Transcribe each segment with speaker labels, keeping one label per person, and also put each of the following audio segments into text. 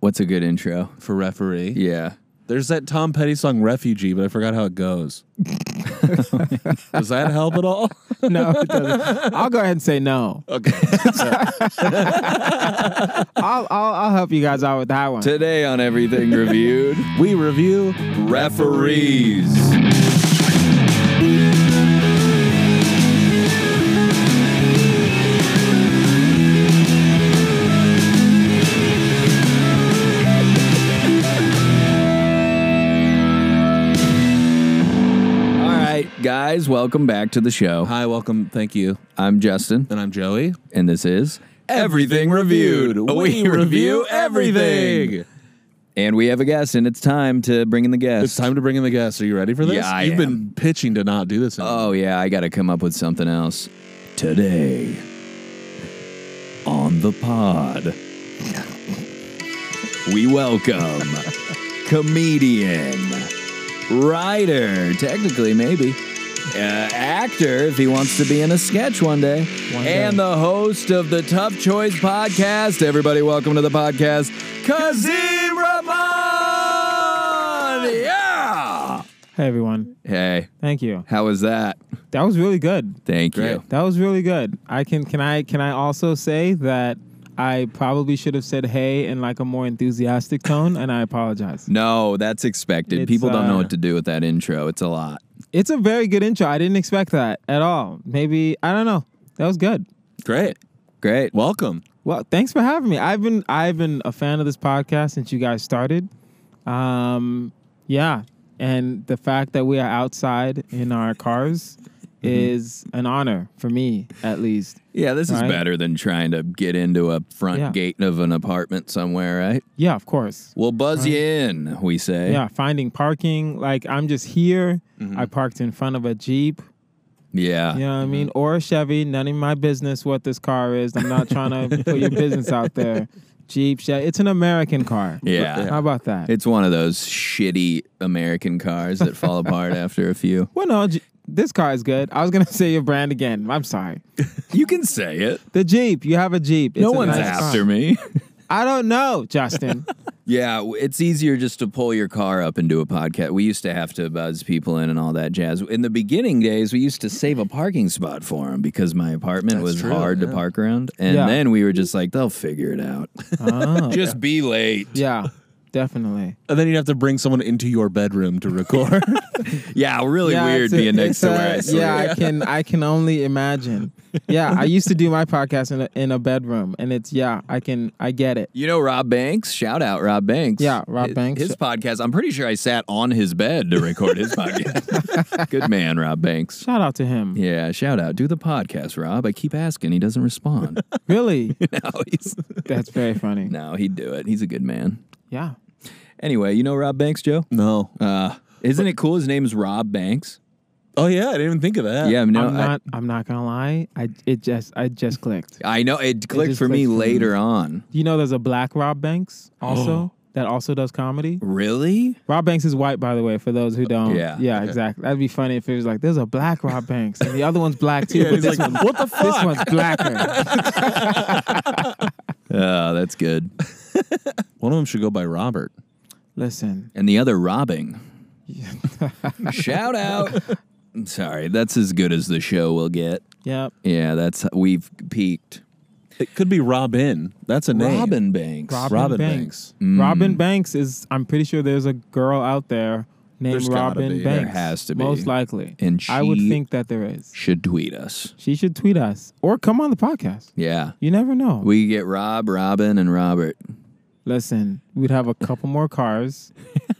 Speaker 1: What's a good intro?
Speaker 2: for referee.
Speaker 1: Yeah.
Speaker 2: There's that Tom Petty song "Refugee," but I forgot how it goes. Does that help at all?
Speaker 3: No, it doesn't. I'll go ahead and say no.
Speaker 2: Okay.
Speaker 3: I'll I'll, I'll help you guys out with that one.
Speaker 1: Today on Everything Reviewed,
Speaker 2: we review
Speaker 1: referees. All right, Guys, welcome back to the show.
Speaker 2: Hi, welcome. Thank you.
Speaker 1: I'm Justin,
Speaker 2: And I'm Joey.
Speaker 1: and this is Everything And we have a guest, and it's time to bring in the guest.
Speaker 2: It's time to bring in the guests. Are you ready for this?
Speaker 1: Yeah, I am.
Speaker 2: You've been pitching to not do this. anymore.
Speaker 1: Oh, yeah, I got to come up with something else. Today, on the pod, we welcome comedian, writer, technically, maybe, uh, actor, if he wants to be in a sketch one day,
Speaker 3: One day.
Speaker 1: and the host of the Tough Choice podcast. Everybody, welcome to the podcast, Kazim Rahman! Yeah!
Speaker 3: Hey everyone,
Speaker 1: Hey,
Speaker 3: thank you.
Speaker 1: how was that?
Speaker 3: That was really good.
Speaker 1: Thank
Speaker 2: Great.
Speaker 1: you.
Speaker 3: That was really good. I can can I can I also say that I probably should have said hey in like a more enthusiastic tone, and I apologize.
Speaker 1: No, that's expected.
Speaker 3: It's,
Speaker 1: People don't know
Speaker 3: uh,
Speaker 1: what to do with that intro. It's a lot.
Speaker 3: It's a very good intro. I didn't expect that at all. Maybe I don't know. That was good.
Speaker 2: great.
Speaker 1: Great.
Speaker 2: Welcome.
Speaker 3: Well, thanks for having me. I've been I've been a fan of this podcast since you guys started. Um, yeah, and the fact that we are outside in our cars is an honor for me, at least.
Speaker 1: Yeah, this is
Speaker 3: Right.
Speaker 1: better than trying to get into a front
Speaker 3: Yeah.
Speaker 1: gate of an apartment somewhere, right?
Speaker 3: Yeah, of course.
Speaker 1: We'll buzz you in, we say.
Speaker 3: Yeah, finding parking. Like I'm just here. I parked in front of a jeep.
Speaker 1: Yeah.
Speaker 3: You know what I mean? Or a Chevy. None of my business what this car is. I'm not trying to put your business out there. Jeep, Chevy. It's an American car.
Speaker 1: Yeah.
Speaker 3: How about that?
Speaker 1: It's one of those shitty American cars that fall apart after a few.
Speaker 3: Well, no, J- this car is good. I was gonna say your brand again. I'm sorry.
Speaker 1: You can say it.
Speaker 3: The Jeep. You have a Jeep. It's
Speaker 1: no
Speaker 3: a
Speaker 1: one's
Speaker 3: nice car.
Speaker 1: after me.
Speaker 3: I don't know, Justin.
Speaker 1: Yeah, w- it's easier just to pull your car up and do a podcast. We used to have to buzz people in and all that jazz. In the beginning days, we used to save a parking spot for them because my apartment
Speaker 2: That's
Speaker 1: was
Speaker 2: true,
Speaker 1: hard to
Speaker 2: yeah.
Speaker 1: park around. And
Speaker 3: Yeah.
Speaker 1: then we were just like, they'll figure it out.
Speaker 3: oh,
Speaker 1: just be late.
Speaker 3: yeah, definitely.
Speaker 2: And then you'd have to bring someone into your bedroom to record.
Speaker 1: Yeah, really
Speaker 3: yeah,
Speaker 1: weird
Speaker 3: it's a-
Speaker 1: being next
Speaker 3: it's
Speaker 1: to
Speaker 3: a-
Speaker 1: where I sleep.
Speaker 3: Yeah, I can. I can only imagine. Yeah, I used to do my podcast in a, in a bedroom, and it's yeah. I can. I get it.
Speaker 1: You know Rob Banks? Shout out Rob Banks.
Speaker 3: Yeah, Rob
Speaker 1: His-
Speaker 3: Banks.
Speaker 1: His podcast. I'm pretty sure I sat on his bed to record his podcast. Good man, Rob Banks.
Speaker 3: Shout out to him.
Speaker 1: Yeah, shout out. Do the podcast, Rob. I keep asking. He doesn't respond.
Speaker 3: Really,
Speaker 1: now he's
Speaker 3: that's very funny.
Speaker 1: No, he'd do it. He's a good man.
Speaker 3: Yeah.
Speaker 1: Anyway, you know Rob Banks, Joe?
Speaker 2: no.
Speaker 1: Uh, isn't it cool? His name's Rob Banks.
Speaker 2: Oh yeah, I didn't even think of that.
Speaker 1: yeah, no,
Speaker 3: I'm not. I, am not gonna lie. I it just I just clicked.
Speaker 1: I, I know it clicked
Speaker 3: just
Speaker 1: for me
Speaker 3: clicked for me.
Speaker 1: later on.
Speaker 3: You know, there's a black Rob Banks
Speaker 1: Oh.
Speaker 3: also that also does comedy.
Speaker 1: Really?
Speaker 3: Rob Banks is white, by the way, for those
Speaker 2: Uh,
Speaker 3: who don't.
Speaker 1: Yeah.
Speaker 3: Yeah, exactly. That'd be funny if it was like, there's a black Rob Banks and the other one's black too.
Speaker 2: Yeah,
Speaker 3: but
Speaker 2: he's
Speaker 3: this,
Speaker 2: like,
Speaker 3: one,
Speaker 2: what the
Speaker 3: this
Speaker 2: fuck?
Speaker 3: one's blacker.
Speaker 1: Oh, that's good.
Speaker 2: One of them should go by Robert.
Speaker 3: Listen,
Speaker 1: And the other robbing. shout out. I'm sorry, that's as good as the show will get.
Speaker 3: yep.
Speaker 1: Yeah, that's we've peaked.
Speaker 2: It could be Robin. That's a name.
Speaker 1: Robin Banks.
Speaker 3: Robin,
Speaker 2: Robin Mm.
Speaker 3: Banks. Robin Banks is, I'm pretty sure there's a girl out there named
Speaker 2: There's gotta
Speaker 3: Robin
Speaker 2: be. There
Speaker 3: Banks.
Speaker 1: has to be.
Speaker 3: Most likely.
Speaker 1: And
Speaker 3: I would
Speaker 1: she-
Speaker 3: think that there is.
Speaker 1: should tweet us.
Speaker 3: She should tweet us or come on the podcast.
Speaker 1: Yeah.
Speaker 3: You never know.
Speaker 1: We get Rob, Robin, and Robert.
Speaker 3: Listen, we'd have a couple more cars.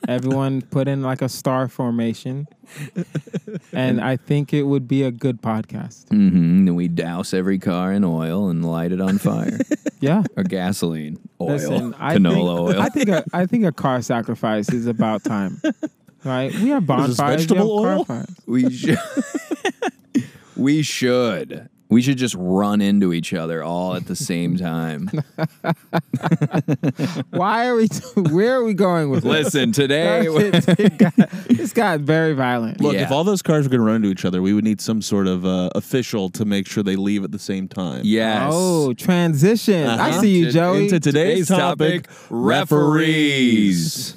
Speaker 3: Everyone put in like a star formation. And I think it would be a good podcast.
Speaker 1: Mm-hmm. And we douse every car in oil and light it on fire.
Speaker 3: Yeah.
Speaker 1: or gasoline, oil,
Speaker 3: Listen, I think,
Speaker 1: canola oil.
Speaker 3: I think a, I think a car sacrifice is about time. Right? We have
Speaker 2: this
Speaker 3: bonfires. we have
Speaker 2: vegetable
Speaker 3: car
Speaker 2: oil?
Speaker 3: fires.
Speaker 1: we should. we should. We should just run into each other all at the same time.
Speaker 3: Why are we? where are we going with this?
Speaker 1: Listen, today
Speaker 3: it got, this got very violent.
Speaker 2: Look,
Speaker 1: Yeah.
Speaker 2: if all those cars were going to run into each other, we would need some sort of uh, official to make sure they leave at the same time.
Speaker 1: Yes.
Speaker 3: Oh, transition. I
Speaker 2: Uh-huh.
Speaker 3: see you,
Speaker 1: To-
Speaker 3: Joey.
Speaker 2: into today's topic,
Speaker 1: referees.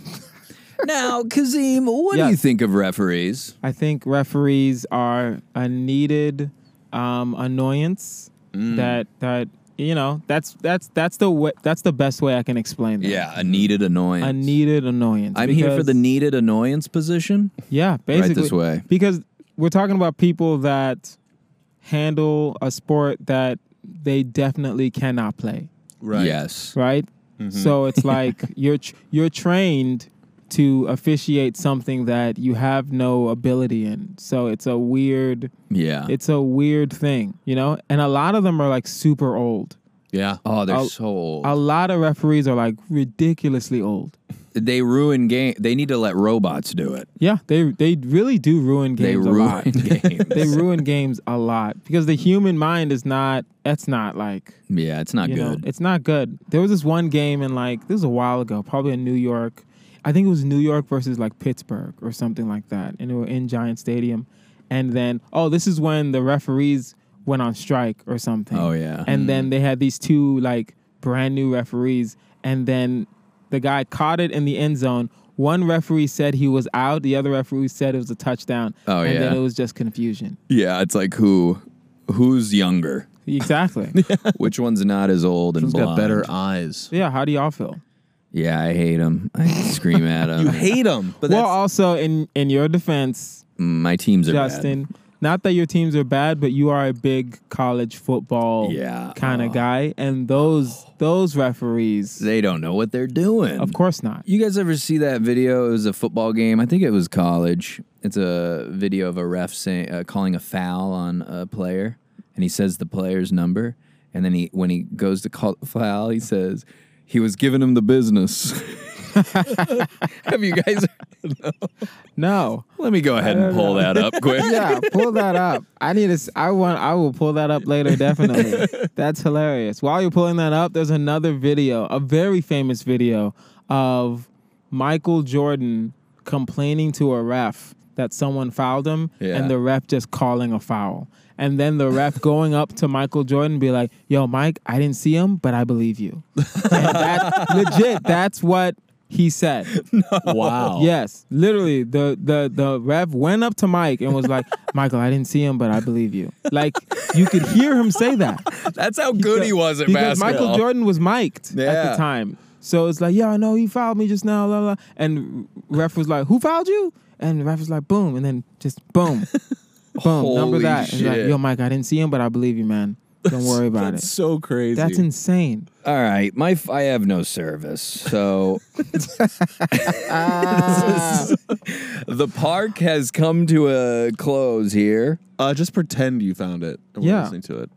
Speaker 1: now, Kazim, what do you
Speaker 3: Yes.
Speaker 1: think of referees?
Speaker 3: I think referees are a needed um, annoyance
Speaker 1: Mm.
Speaker 3: that that you know that's that's that's the way, that's the best way I can explain that.
Speaker 1: Yeah, a needed annoyance.
Speaker 3: A needed annoyance.
Speaker 1: I'm here for
Speaker 3: because-
Speaker 1: the needed annoyance position.
Speaker 3: Yeah, basically.
Speaker 1: this way.
Speaker 3: Because we're talking about people that handle a sport that they definitely cannot play,
Speaker 2: Right.
Speaker 1: Yes.
Speaker 3: right?
Speaker 1: Mm-hmm.
Speaker 3: So it's like you're tr- you're trained to officiate something that you have no ability in. So it's a weird
Speaker 1: Yeah.
Speaker 3: it's a weird thing, you know? And a lot of them are like super old.
Speaker 2: Yeah.
Speaker 1: oh, they're
Speaker 3: I'll-
Speaker 1: so old.
Speaker 3: A lot of referees are like ridiculously old.
Speaker 1: they ruin game. They need to let robots do it.
Speaker 3: Yeah, they they really do ruin games
Speaker 1: They
Speaker 3: a
Speaker 1: ruin
Speaker 3: lot. they
Speaker 1: games.
Speaker 3: ruin games a lot because the human mind is not that's not like
Speaker 1: yeah, it's not
Speaker 3: you know
Speaker 1: good.
Speaker 3: it's not good there was this one game in like this was a while ago probably in new york i think it was new york versus like pittsburgh or something like that and it were in giant stadium and then oh this is when the referees went on strike or something
Speaker 1: Oh, yeah.
Speaker 3: and then they had these two like brand new referees and then the guy caught it in the end zone one referee said he was out the other referee said it was a touchdown
Speaker 1: Oh,
Speaker 3: and then
Speaker 1: yeah.
Speaker 3: it was just confusion
Speaker 1: yeah, it's like who, who's younger?
Speaker 3: Exactly.
Speaker 1: Which one's not as old and
Speaker 2: Who's got
Speaker 1: blind?
Speaker 2: better eyes?
Speaker 3: yeah. How do y'all feel?
Speaker 1: Yeah, I hate them. I scream at them.
Speaker 2: You hate them, but
Speaker 3: well, also in in your defense,
Speaker 1: Mm, my teams are bad.
Speaker 3: Justin. Not that your teams are bad, but you are a big college football
Speaker 1: Yeah.
Speaker 3: kind of guy, and those those referees,
Speaker 1: They don't know what they're doing.
Speaker 3: of course not.
Speaker 1: You guys ever see that video? It was a football game. I think it was college. It's a video of a ref saying, uh, calling a foul on a player, and he says the player's number, and then he when he goes to call the foul, he says he was giving him the business. Have you guys?
Speaker 3: No.
Speaker 1: Let me go ahead and pull that up quick.
Speaker 3: Yeah, pull that up. I need to. s- I want. I will pull that up later. Definitely. That's hilarious. While you're pulling that up, there's another video, a very famous video of Michael Jordan complaining to a ref that someone fouled him,
Speaker 1: Yeah.
Speaker 3: and the ref just calling a foul, and then the ref going up to Michael Jordan, and be like, "Yo, Mike, I didn't see him, but I believe you." And that, legit. That's what he said.
Speaker 1: Oh.
Speaker 2: wow.
Speaker 3: Yes, literally. The the the ref went up to Mike and was like, "Michael, I didn't see him, but I believe you." Like you could hear him say that
Speaker 1: That's how good he was at
Speaker 3: because
Speaker 1: basketball.
Speaker 3: Michael Jordan was mic'd at
Speaker 1: Yeah.
Speaker 3: the time. So it's like, "Yeah, I know he fouled me just now." La la. And ref was like, "Who fouled you?" And the ref was like, "Boom," and then just boom, boom. number
Speaker 1: Holy
Speaker 3: that. And he's like,
Speaker 1: shit.
Speaker 3: Yo, Mike, I didn't see him, but I believe you, man. Don't worry about
Speaker 2: That's
Speaker 3: it.
Speaker 2: so crazy.
Speaker 3: That's insane.
Speaker 1: All right, my f- I have no service, so
Speaker 3: Ah.
Speaker 1: the park has come to a close here.
Speaker 2: Uh, just pretend you found it. And we're
Speaker 3: Yeah.
Speaker 2: listening to it.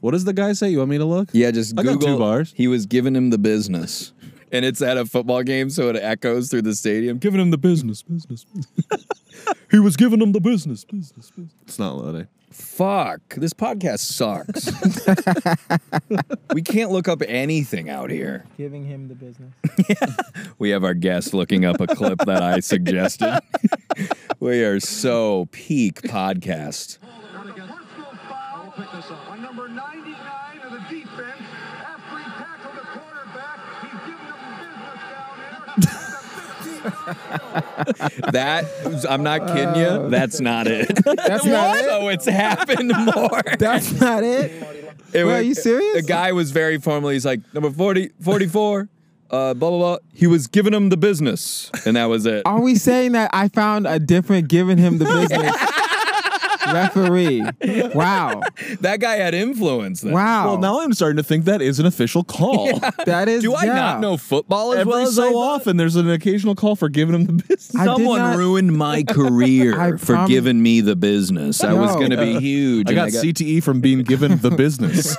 Speaker 2: What does the guy say? You want me to look?
Speaker 1: Yeah, just
Speaker 2: I got
Speaker 1: Google.
Speaker 2: two bars.
Speaker 1: He was giving him the business, and it's at a football game, so it echoes through the stadium.
Speaker 2: Giving him the business, business. business. he was giving him the business, business, business. It's not loading.
Speaker 1: Fuck, this podcast sucks. we can't look up anything out here.
Speaker 3: Giving him the business.
Speaker 1: We have our guest looking up a clip that I suggested. we are so peak podcast.
Speaker 4: Forceful foul on number 99 of the defense. After he tackled the quarterback, he's giving him business down there.
Speaker 1: That I'm not kidding you. That's not it.
Speaker 3: That's not it.
Speaker 1: So it's happened more.
Speaker 3: That's not it.
Speaker 1: It
Speaker 3: Wait, are you serious?
Speaker 1: The guy was very formally. He's like number 40, 44, uh, blah blah blah. He was giving him the business, and that was it.
Speaker 3: Are we saying that I found a different giving him the business referee? Wow.
Speaker 1: That guy had influence. Then.
Speaker 3: Wow.
Speaker 2: Well, now I'm starting to think that is an official call.
Speaker 3: that is
Speaker 1: Do I
Speaker 3: yeah.
Speaker 1: not know football as
Speaker 2: Every
Speaker 1: well as I
Speaker 2: so
Speaker 1: thought?
Speaker 2: often, there's an occasional call for giving him the business.
Speaker 3: I did
Speaker 1: Someone
Speaker 3: not-
Speaker 1: ruined my career
Speaker 3: I
Speaker 1: for
Speaker 3: prom-
Speaker 1: giving me the business. I was
Speaker 3: No.
Speaker 1: going to be huge.
Speaker 2: I
Speaker 1: and
Speaker 2: got, CTE from being given the business.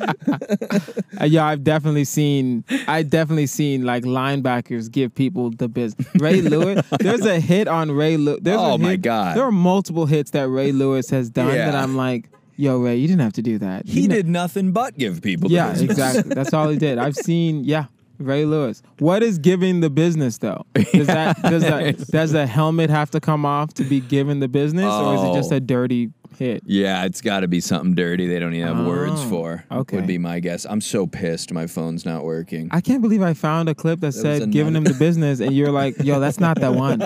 Speaker 3: Uh, yeah, I've definitely seen I definitely seen like linebackers give people the business. Ray Lewis. There's a hit on Ray Lewis.
Speaker 1: Oh, my God.
Speaker 3: there are multiple hits that Ray Lewis has done
Speaker 1: Yeah.
Speaker 3: that I'm like, yo, Ray, you didn't have to do that.
Speaker 1: He
Speaker 3: You kn-
Speaker 1: did nothing but give people. the
Speaker 3: Yeah,
Speaker 1: business.
Speaker 3: exactly. That's all he did. I've seen, yeah, Ray Lewis. What is giving the business though? Does that does that does the helmet have to come off to be given the business, or is it just
Speaker 1: Oh.
Speaker 3: a dirty hit?
Speaker 1: Yeah, it's got to be something dirty. They don't even have words
Speaker 3: Oh,
Speaker 1: for.
Speaker 3: okay.
Speaker 1: would be my guess. I'm so pissed. My phone's not working.
Speaker 3: I can't believe I found a clip that
Speaker 1: was
Speaker 3: said giving him
Speaker 1: another-
Speaker 3: the business, and you're like, yo, that's not that one.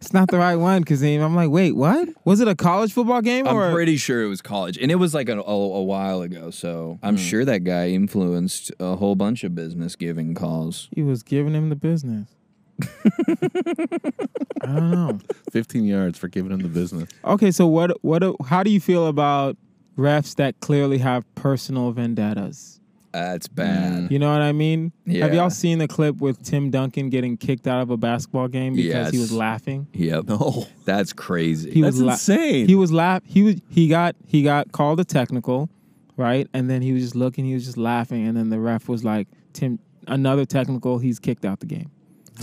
Speaker 3: it's not the right one, Kazim. I'm like, wait, what? Was it a college football game
Speaker 1: I'm
Speaker 3: or?
Speaker 1: pretty sure it was college, and it was like a, a, a while ago. So I'm sure that guy influenced a whole bunch of business giving calls.
Speaker 3: he was giving him the business. I don't know.
Speaker 2: 15 yards for giving him the business.
Speaker 3: Okay, so what what how do you feel about refs that clearly have personal vendettas?
Speaker 1: That's bad.
Speaker 3: You know what I mean? Have
Speaker 1: Yeah.
Speaker 3: y'all seen the clip with Tim Duncan getting kicked out of a basketball game because he
Speaker 1: Yes.
Speaker 3: was laughing?
Speaker 1: Yep.
Speaker 2: No.
Speaker 1: That's crazy.
Speaker 3: He
Speaker 2: That's
Speaker 3: was la-
Speaker 2: insane.
Speaker 3: He was laugh he was he got he got called a technical, right? And then he was just looking, he was just laughing and then the ref was like, "Tim, another technical, he's kicked out the game."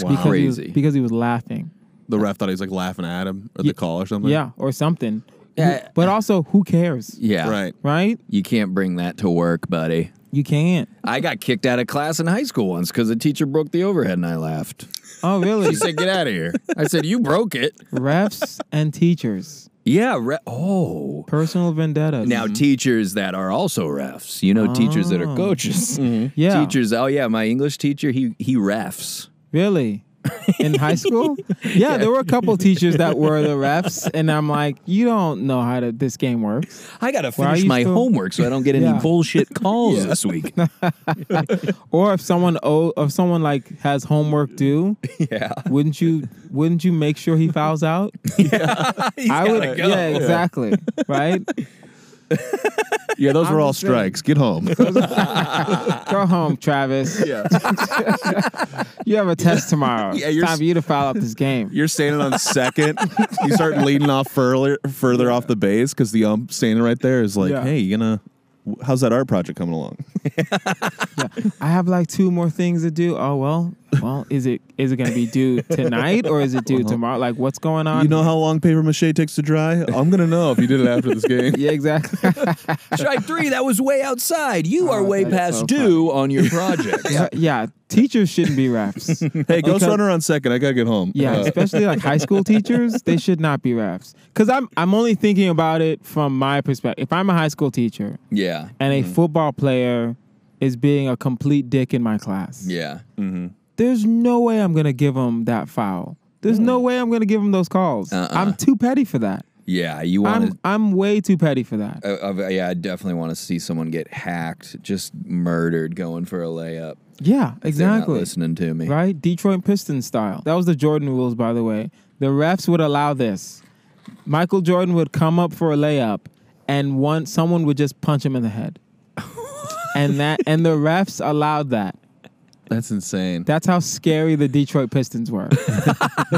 Speaker 2: Wow.
Speaker 3: Because he was-
Speaker 1: Crazy.
Speaker 3: because he was laughing.
Speaker 2: the ref thought he was like laughing at him or
Speaker 3: Yeah.
Speaker 2: the call or something.
Speaker 3: Yeah, or something.
Speaker 1: Yeah.
Speaker 3: But also, who cares?
Speaker 1: yeah.
Speaker 2: Right.
Speaker 3: Right?
Speaker 1: You can't bring that to work, buddy.
Speaker 3: You can't.
Speaker 1: I got kicked out of class in high school once because a teacher broke the overhead and I laughed.
Speaker 3: Oh, really?
Speaker 1: She said, "Get out of here." I said, "You broke it."
Speaker 3: refs and teachers
Speaker 1: Yeah. Re- oh.
Speaker 3: personal vendettas
Speaker 1: Now teachers that are also refs. You know, teachers that are
Speaker 3: Oh.
Speaker 1: coaches.
Speaker 3: yeah
Speaker 1: Teachers. Oh yeah, my English teacher. He he refs.
Speaker 3: really in high school yeah, there were a couple teachers that were the refs and i'm like you don't know how to, this game works
Speaker 1: I gotta
Speaker 3: Why are
Speaker 1: finish
Speaker 3: you
Speaker 1: my
Speaker 3: still-
Speaker 1: homework so I don't get any
Speaker 3: Yeah.
Speaker 1: bullshit calls this week.
Speaker 3: or if someone oh if someone like has homework due
Speaker 1: yeah.
Speaker 3: wouldn't you wouldn't you make sure he fouls out i would
Speaker 1: go.
Speaker 3: yeah exactly right
Speaker 2: Yeah, those were
Speaker 3: I'm
Speaker 2: all
Speaker 3: just saying.
Speaker 2: strikes. Get home.
Speaker 3: go home travis
Speaker 2: yeah.
Speaker 3: you have a test tomorrow
Speaker 2: Yeah,
Speaker 3: it's
Speaker 2: you're
Speaker 3: time
Speaker 2: s-
Speaker 3: for you to foul out this game
Speaker 2: You're standing on second. you start leading off further further off the base because the ump standing right there is like,
Speaker 3: Yeah.
Speaker 2: hey, you gonna how's that art project coming along?
Speaker 3: I have like two more things to do. Oh well, well, is it is it gonna be due tonight or is it due tomorrow? Like what's going on?
Speaker 2: You know how long paper mache takes to dry? I'm gonna know if you did it after this game.
Speaker 3: yeah, exactly.
Speaker 1: Strike three. That was way outside. You are way
Speaker 3: that's
Speaker 1: past
Speaker 3: so
Speaker 1: due on your project.
Speaker 3: yeah, teachers shouldn't be refs.
Speaker 2: Hey, Ghost
Speaker 3: Okay.
Speaker 2: Runner on second. I gotta get home.
Speaker 3: Yeah,
Speaker 2: Uh,
Speaker 3: especially like high school teachers, they should not be refs. Cause I'm I'm only thinking about it from my perspective. If I'm a high school teacher
Speaker 1: yeah.
Speaker 3: and a football player is being a complete dick in my class,
Speaker 1: Yeah.
Speaker 3: there's no way I'm gonna give him that foul. There's no way I'm gonna give him those calls.
Speaker 1: Mm. Uh-uh.
Speaker 3: I'm too petty for that.
Speaker 1: Yeah. You want to.
Speaker 3: I'm I'm way too petty for that.
Speaker 1: Uh, yeah, I definitely want to see someone get hacked, just murdered, going for a layup.
Speaker 3: Yeah,
Speaker 1: They're not
Speaker 3: exactly.
Speaker 1: listening to me.
Speaker 3: Right? Detroit Pistons style. That was the Jordan rules, by the way. The refs would allow this. Michael Jordan would come up for a layup, and one someone would just punch him in the head. and that and the refs allowed that.
Speaker 2: that's insane.
Speaker 3: That's how scary the Detroit Pistons were.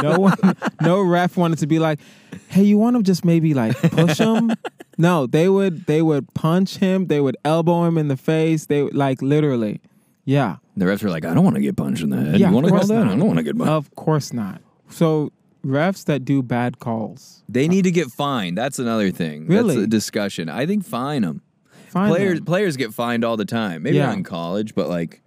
Speaker 3: no one, no ref wanted to be like, "Hey, you want to just maybe like push him?" no, they would they would punch him. They would elbow him in the face. They would like literally, yeah.
Speaker 1: The refs are like, I don't want to get punched in the head.
Speaker 3: Yeah,
Speaker 1: you want to
Speaker 3: of
Speaker 1: call
Speaker 3: course
Speaker 1: that?
Speaker 3: not. Oh.
Speaker 1: I don't want to get punched.
Speaker 3: Of course not. So refs that do bad calls,
Speaker 1: They need to get fined. That's another thing. That's
Speaker 3: Really?
Speaker 1: a discussion. I think fine them.
Speaker 3: find
Speaker 1: players
Speaker 3: them.
Speaker 1: players get fined all the time. Maybe
Speaker 3: Yeah.
Speaker 1: not in college, but like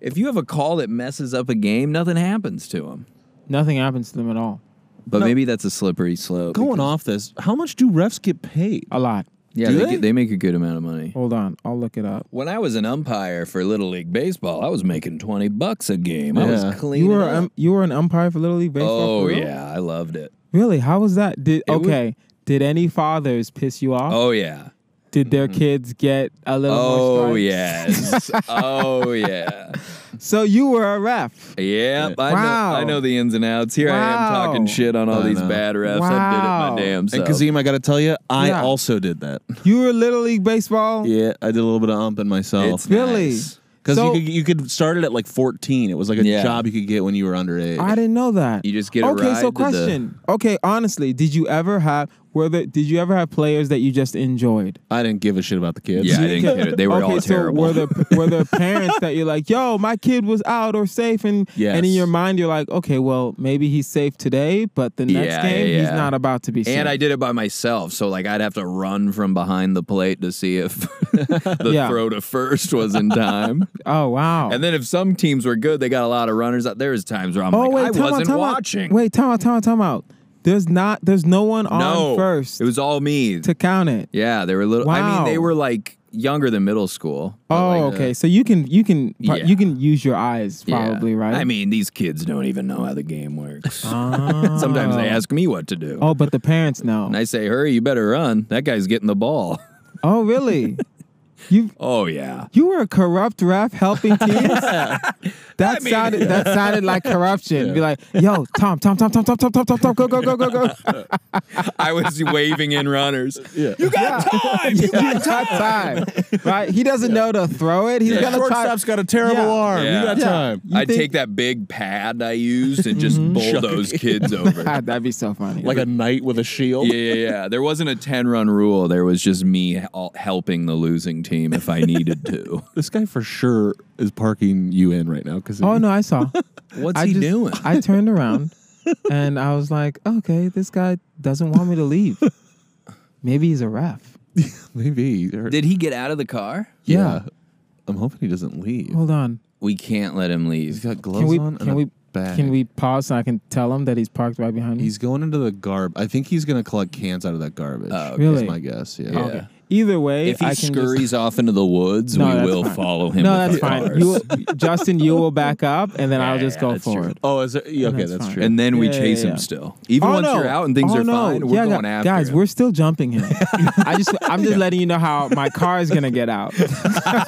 Speaker 1: if you have a call that messes up a game, nothing happens to them.
Speaker 3: Nothing happens to them at all.
Speaker 1: But maybe that's a slippery slope.
Speaker 2: Going
Speaker 1: because-
Speaker 2: off this, how much do refs get paid?
Speaker 3: A lot.
Speaker 1: Yeah,
Speaker 2: Do
Speaker 1: they,
Speaker 2: they?
Speaker 1: Get, they make a good amount of money.
Speaker 3: Hold on, I'll look it up.
Speaker 1: When I was an umpire for Little League baseball, I was making 20 bucks a game. I
Speaker 2: Yeah.
Speaker 1: was clean.
Speaker 3: You were um, you were an umpire for Little League baseball.
Speaker 1: Oh
Speaker 3: for real?
Speaker 1: yeah, I loved it.
Speaker 3: Really? How was that? Did
Speaker 1: It was-
Speaker 3: okay? Did any fathers piss you off?
Speaker 1: Oh yeah.
Speaker 3: Did their kids get a little? more
Speaker 1: Oh
Speaker 3: stripes?
Speaker 1: yes. oh yeah.
Speaker 3: So you were a ref.
Speaker 1: Yep. I
Speaker 3: Wow.
Speaker 1: know I know the ins and outs. Here I am
Speaker 3: Wow.
Speaker 1: talking shit on all
Speaker 2: I
Speaker 1: these
Speaker 2: know.
Speaker 1: bad refs. I
Speaker 3: Wow.
Speaker 1: did it my damn
Speaker 2: And
Speaker 1: self.
Speaker 2: Kazim, I gotta tell you, I
Speaker 3: Yeah.
Speaker 2: also did that.
Speaker 3: You were Little League baseball.
Speaker 2: Yeah, I did a little bit of umping myself.
Speaker 1: It's
Speaker 3: Really?
Speaker 1: nice.
Speaker 2: Because
Speaker 3: So-
Speaker 2: you could you could start it at like fourteen. It was like a
Speaker 1: Yeah.
Speaker 2: job you could get when you were underage.
Speaker 3: I didn't know that.
Speaker 1: You just get a
Speaker 3: okay.
Speaker 1: ride to
Speaker 3: so
Speaker 1: the-
Speaker 3: question. Okay, honestly, did you ever have? Were there, did you ever have players that you just enjoyed?
Speaker 2: I didn't give a shit about the kids.
Speaker 1: Yeah, I didn't care. They were
Speaker 3: okay,
Speaker 1: all
Speaker 3: so
Speaker 1: terrible.
Speaker 3: Were there were there parents that you're like, yo, my kid was out or safe, and
Speaker 2: Yes.
Speaker 3: and in your mind you're like, okay, well maybe he's safe today, but the next
Speaker 1: Yeah,
Speaker 3: game
Speaker 1: yeah,
Speaker 3: he's
Speaker 1: yeah.
Speaker 3: not about to be safe.
Speaker 1: and I did it by myself, so like I'd have to run from behind the plate to see if the
Speaker 3: Yeah.
Speaker 1: throw to first was in time.
Speaker 3: oh wow.
Speaker 1: and then if some teams were good, they got a lot of runners out. There was times where I'm
Speaker 3: oh
Speaker 1: like,
Speaker 3: wait,
Speaker 1: I
Speaker 3: time out,
Speaker 1: wasn't
Speaker 3: time out.
Speaker 1: watching.
Speaker 3: Wait, time out, time out, time out. There's not. There's no one on
Speaker 1: no,
Speaker 3: first
Speaker 1: it was all me.
Speaker 3: to count it.
Speaker 1: yeah, they were little. I mean,
Speaker 3: Wow.
Speaker 1: they were like younger than middle school. but,
Speaker 3: oh,
Speaker 1: like, the-
Speaker 3: okay. So you can you can
Speaker 1: Yeah.
Speaker 3: you can use your eyes
Speaker 1: yeah.
Speaker 3: probably, right?
Speaker 1: I mean, these kids don't even know how the game works.
Speaker 3: Oh.
Speaker 1: Sometimes they ask me what to do.
Speaker 3: Oh, but the parents know.
Speaker 1: And I say, hurry, you better run. That guy's getting the ball.
Speaker 3: Oh, really? you
Speaker 1: Oh, yeah.
Speaker 3: you were a corrupt ref helping teams. that
Speaker 1: mean-
Speaker 3: sounded that sounded like corruption. Be like, yo, Tom, Tom, Tom, Tom, Tom, Tom, Tom, Tom, Tom, go, go, go, go, go.
Speaker 1: I was waving in runners.
Speaker 2: Yeah.
Speaker 1: You got time.
Speaker 3: You got time, right? He doesn't know to throw it. He's
Speaker 1: Yeah.
Speaker 3: gonna try.
Speaker 2: Shortstop's got a terrible
Speaker 3: Yeah.
Speaker 2: arm.
Speaker 1: Yeah.
Speaker 2: You got
Speaker 1: Yeah.
Speaker 2: time.
Speaker 3: You
Speaker 1: I'd
Speaker 3: think- Mm-hmm.
Speaker 1: take that big pad I used and just bulldoze kids over.
Speaker 3: Ah,
Speaker 1: yeah,
Speaker 3: that'd be so funny.
Speaker 2: Like a knight with a shield.
Speaker 1: yeah, yeah. There wasn't a 10 run rule. There was just me all- helping the losing team if I needed to.
Speaker 2: This guy for sure is parking you in right now because
Speaker 3: oh no, I saw.
Speaker 1: What's
Speaker 3: I
Speaker 1: he
Speaker 3: just-
Speaker 1: doing?
Speaker 3: I turned around and I was like, okay, this guy doesn't want me to leave. Maybe he's a ref.
Speaker 2: maybe or-
Speaker 1: Did he get out of the car?
Speaker 2: yeah. I'm hoping he doesn't leave.
Speaker 3: Hold on.
Speaker 1: We can't let him
Speaker 2: He's
Speaker 1: leave.
Speaker 2: got gloves
Speaker 3: Can we
Speaker 2: on. and
Speaker 3: can
Speaker 2: a
Speaker 3: we
Speaker 2: bag.
Speaker 3: can we pause so I can tell him that he's parked right behind me?
Speaker 2: He's going into the garb. I think he's gonna collect cans out of that garbage.
Speaker 1: Oh,
Speaker 2: is
Speaker 3: Really?
Speaker 2: my guess. Yeah.
Speaker 1: Yeah.
Speaker 3: okay. Either way,
Speaker 1: If he
Speaker 3: I can just-
Speaker 1: scurries off into the woods,
Speaker 3: No,
Speaker 1: we
Speaker 3: that's
Speaker 1: will
Speaker 3: fine.
Speaker 1: follow him.
Speaker 3: no,
Speaker 1: with
Speaker 3: that's
Speaker 1: our
Speaker 3: fine.
Speaker 1: cars.
Speaker 3: You will, Justin, you will back up, and then I'll
Speaker 1: Yeah,
Speaker 3: just go
Speaker 1: that's true.
Speaker 3: forward.
Speaker 2: Oh, is it? Yeah, okay,
Speaker 3: That's
Speaker 2: that's,
Speaker 3: fine.
Speaker 2: true.
Speaker 1: And then we
Speaker 3: Yeah, yeah,
Speaker 1: chase
Speaker 3: yeah.
Speaker 1: him still. Even
Speaker 3: Oh,
Speaker 1: once
Speaker 3: no.
Speaker 1: you're out and things
Speaker 3: Oh,
Speaker 1: are
Speaker 3: no.
Speaker 1: fine, we're
Speaker 3: Yeah,
Speaker 1: going
Speaker 3: gu-
Speaker 1: after
Speaker 3: guys.
Speaker 1: him.
Speaker 3: We're still jumping him. I just, I'm just letting you know how my car is gonna get out.